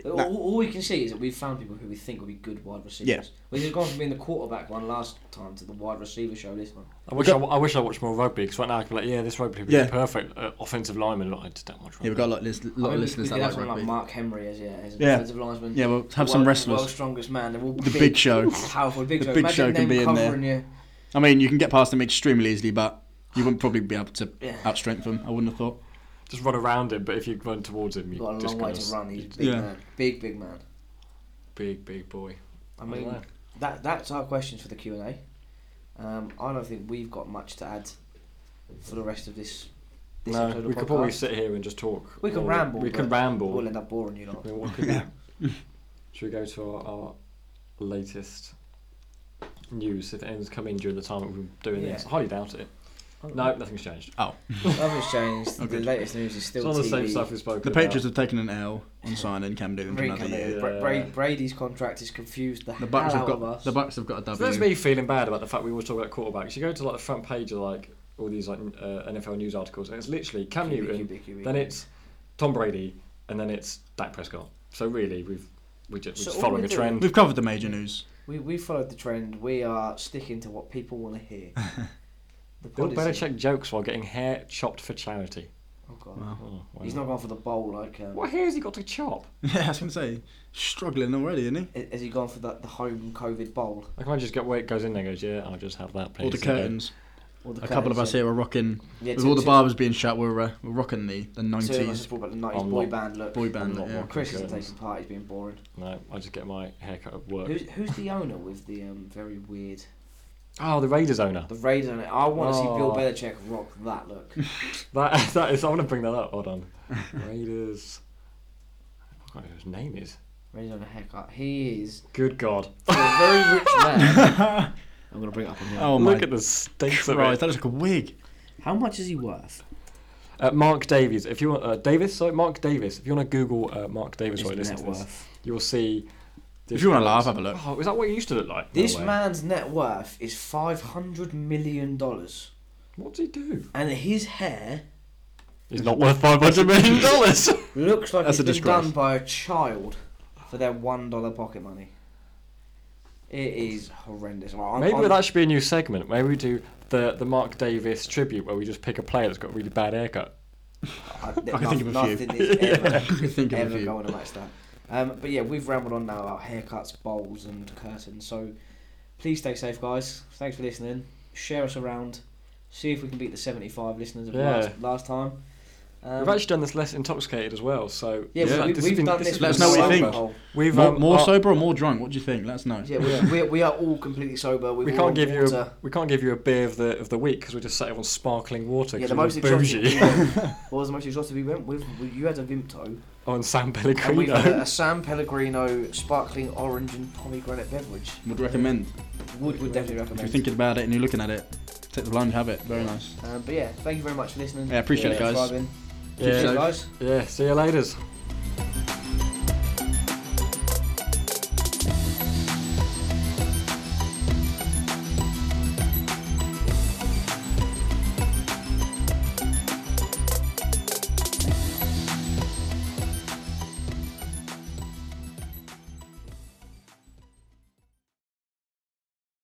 Speaker 6: all,
Speaker 5: that-
Speaker 6: all we can see is that we've found people who we think will be good wide receivers.
Speaker 5: Yeah.
Speaker 6: We've just gone from being the quarterback one last time to the wide receiver show this one.
Speaker 4: I wish I, wa- I wish I watched more rugby because right now I can be like, yeah, this rugby would be
Speaker 5: Yeah.
Speaker 4: perfect uh, offensive lineman. Like, I just don't watch rugby.
Speaker 5: yeah, we've got a lot, lis- lot
Speaker 6: I
Speaker 5: of
Speaker 6: mean, we-
Speaker 5: listeners
Speaker 6: we
Speaker 5: that
Speaker 6: could have
Speaker 5: like
Speaker 6: someone
Speaker 5: rugby.
Speaker 6: like Mark Henry as, yeah, as an
Speaker 5: Yeah,
Speaker 6: offensive linesman.
Speaker 5: yeah, we'll have some
Speaker 6: World-
Speaker 5: wrestlers.
Speaker 6: World's strongest man. They're all
Speaker 5: The
Speaker 6: big,
Speaker 5: Big Show.
Speaker 6: Powerful big
Speaker 5: The
Speaker 6: show.
Speaker 5: Big
Speaker 6: Imagine
Speaker 5: Show
Speaker 6: them
Speaker 5: can be in there.
Speaker 6: covering You.
Speaker 5: I mean, you can get past them extremely easily, but you wouldn't probably be able to
Speaker 6: Yeah.
Speaker 5: outstrength them. I wouldn't have thought.
Speaker 4: Just run around him, but if you run towards him,
Speaker 6: You've
Speaker 4: you
Speaker 6: got a
Speaker 4: just
Speaker 6: long way
Speaker 4: gonna
Speaker 6: to
Speaker 4: s-
Speaker 6: run. He's
Speaker 4: you-
Speaker 6: a big
Speaker 5: Yeah.
Speaker 6: man. Big big man.
Speaker 4: Big big boy.
Speaker 6: I
Speaker 4: don't
Speaker 6: mean,
Speaker 4: know.
Speaker 6: that that's our questions for the Q and A. Um, I don't think we've got much to add for the rest of this. this
Speaker 4: No,
Speaker 6: episode of
Speaker 4: we could
Speaker 6: podcast.
Speaker 4: probably sit here and just talk.
Speaker 6: We can
Speaker 4: all-
Speaker 6: ramble,
Speaker 4: We can
Speaker 6: but
Speaker 4: ramble.
Speaker 6: We'll end up boring you lot.
Speaker 4: I mean, what could- Should we go to our, our latest news? If anyone's come in during the time that we've been doing
Speaker 6: Yeah.
Speaker 4: this, I highly doubt it. No, nothing's changed.
Speaker 5: Oh.
Speaker 6: nothing's changed. the
Speaker 5: good.
Speaker 6: latest news is still
Speaker 4: it's all the
Speaker 6: TV.
Speaker 4: same stuff we spoke
Speaker 5: The
Speaker 4: about.
Speaker 5: Patriots have taken an L on signing Cam Newton for another
Speaker 6: Reconnect.
Speaker 5: year.
Speaker 6: Bra- Bra- Brady's contract is confused the,
Speaker 5: The Bucks
Speaker 6: hell
Speaker 5: have
Speaker 6: out of us.
Speaker 5: got the Bucks have got a
Speaker 4: So that's
Speaker 5: W.
Speaker 4: me feeling bad about the fact we always talk about quarterbacks. You go to like the front page of like all these like n- uh, NFL news articles, and it's literally Cam
Speaker 6: QB,
Speaker 4: Newton,
Speaker 6: QB, QB.
Speaker 4: then it's Tom Brady, and then it's Dak Prescott. So really, we've we just, we're
Speaker 6: So
Speaker 4: just
Speaker 6: all
Speaker 4: following
Speaker 6: we're
Speaker 4: a
Speaker 6: doing-
Speaker 4: trend.
Speaker 5: We've covered the major news.
Speaker 6: We, we followed the trend. We are sticking to what people want to hear. The
Speaker 4: Bill
Speaker 6: pod is here.
Speaker 4: Belichick jokes while getting hair chopped for charity.
Speaker 6: Oh god.
Speaker 5: Wow.
Speaker 4: Oh, wow.
Speaker 6: He's not gone for the bowl like. Um,
Speaker 4: What hair has he got to chop?
Speaker 5: Yeah, I was gonna say struggling already, isn't he?
Speaker 6: ha- Has he gone for the, the home COVID bowl?
Speaker 4: I can't just get where it goes in there and goes, yeah, I'll just have that, please.
Speaker 5: All the
Speaker 4: And go,
Speaker 5: curtains.
Speaker 6: Or the
Speaker 5: A couple of us
Speaker 6: curtains,
Speaker 5: here are rocking.
Speaker 6: yeah. Yeah,
Speaker 5: With
Speaker 6: two-
Speaker 5: all the
Speaker 6: two-
Speaker 5: barbers being shut, we're uh, we're rocking the the
Speaker 6: Two of us
Speaker 5: nineties
Speaker 6: have brought back the 90s
Speaker 4: I'm
Speaker 6: boy
Speaker 4: not-
Speaker 6: band look.
Speaker 5: boy band.
Speaker 4: I'm not
Speaker 5: yeah.
Speaker 4: rocking.
Speaker 6: Chris isn't
Speaker 4: Curtains.
Speaker 6: taking part. He's being boring.
Speaker 4: No, I just get my haircut at work.
Speaker 6: Who's, who's the owner with the um, very weird
Speaker 4: Oh, the Raiders owner.
Speaker 6: the Raiders on it? I want to see Bill
Speaker 4: Oh.
Speaker 6: Belichick rock that look.
Speaker 4: That that is. I want to bring that up. Hold on. Raiders. I can't remember his name is.
Speaker 6: Raiders on a haircut. He is
Speaker 4: Good God!
Speaker 6: a very rich man. I'm gonna bring it up on here.
Speaker 5: Oh my
Speaker 4: Look at the state of
Speaker 5: Christ,
Speaker 4: it.
Speaker 5: that looks like a wig.
Speaker 6: How much is he worth?
Speaker 4: Uh, Mark Davies. If you want uh, Davis, sorry, Mark Davis. If you want to Google uh, Mark Davis
Speaker 6: His
Speaker 4: while you listen
Speaker 6: net
Speaker 4: to this,
Speaker 6: worth.
Speaker 4: you'll see.
Speaker 5: If you want to laugh, have a look.
Speaker 4: Oh, is that what he used to look like? No
Speaker 6: This
Speaker 4: way.
Speaker 6: man's net worth is five hundred million dollars,
Speaker 4: What does he do?
Speaker 6: and his hair
Speaker 4: He's not worth five hundred million dollars.
Speaker 6: looks like
Speaker 5: That's
Speaker 6: it's
Speaker 5: a
Speaker 6: been
Speaker 5: disgrace.
Speaker 6: done by a child for their one dollar pocket money. It is horrendous. Well, I'm-
Speaker 4: Maybe
Speaker 6: I'm-
Speaker 4: that should be a new segment. Maybe we do the the Mark Davis tribute where we just pick a player that's got a really bad haircut.
Speaker 6: I, can
Speaker 5: can think of a few.
Speaker 6: nothing is ever,
Speaker 5: I can think of a
Speaker 6: ever
Speaker 5: few.
Speaker 6: going to match that. Um, but yeah, we've rambled on now about haircuts, bowls, and curtains. So please stay safe, guys. Thanks for listening. Share us around. See if we can beat the seventy-five listeners of
Speaker 4: Yeah.
Speaker 6: last, last time. Um,
Speaker 4: We've actually done this less intoxicated as well, so
Speaker 6: yeah,
Speaker 4: this-
Speaker 6: we,
Speaker 4: this
Speaker 6: we,
Speaker 4: has
Speaker 6: we've
Speaker 4: been-
Speaker 6: done
Speaker 4: this
Speaker 6: this.
Speaker 4: has
Speaker 5: Let us
Speaker 4: been
Speaker 5: know what you
Speaker 4: sober.
Speaker 5: think.
Speaker 6: sober.
Speaker 4: We've
Speaker 5: More,
Speaker 4: um,
Speaker 5: more
Speaker 4: our-
Speaker 5: sober or more drunk? What do you think? Let us know.
Speaker 6: uh, Yeah, we, we, we are all completely sober. We've
Speaker 4: We
Speaker 6: all
Speaker 4: can't give you a,
Speaker 6: water.
Speaker 4: we can't give you a beer of the of the week because we just sat on sparkling water.
Speaker 6: Yeah,
Speaker 4: 'cause
Speaker 6: the
Speaker 4: we were
Speaker 6: most exotic.
Speaker 4: bougie
Speaker 6: we went- what was the most exotic we went with? We- You had a Vimto,
Speaker 4: on San
Speaker 6: and we had a
Speaker 4: Pellegrino.
Speaker 6: San Pellegrino sparkling orange and pomegranate beverage.
Speaker 5: Would recommend.
Speaker 6: Would would definitely
Speaker 5: If you're
Speaker 6: recommend.
Speaker 5: thinking about it and you're looking at it, take the blind, have it. Very nice.
Speaker 6: Um, but yeah, thank you very much for listening.
Speaker 5: Yeah, appreciate it, guys.
Speaker 6: Subscribing.
Speaker 4: Yeah.
Speaker 6: Cheers, guys.
Speaker 4: Yeah, see you later.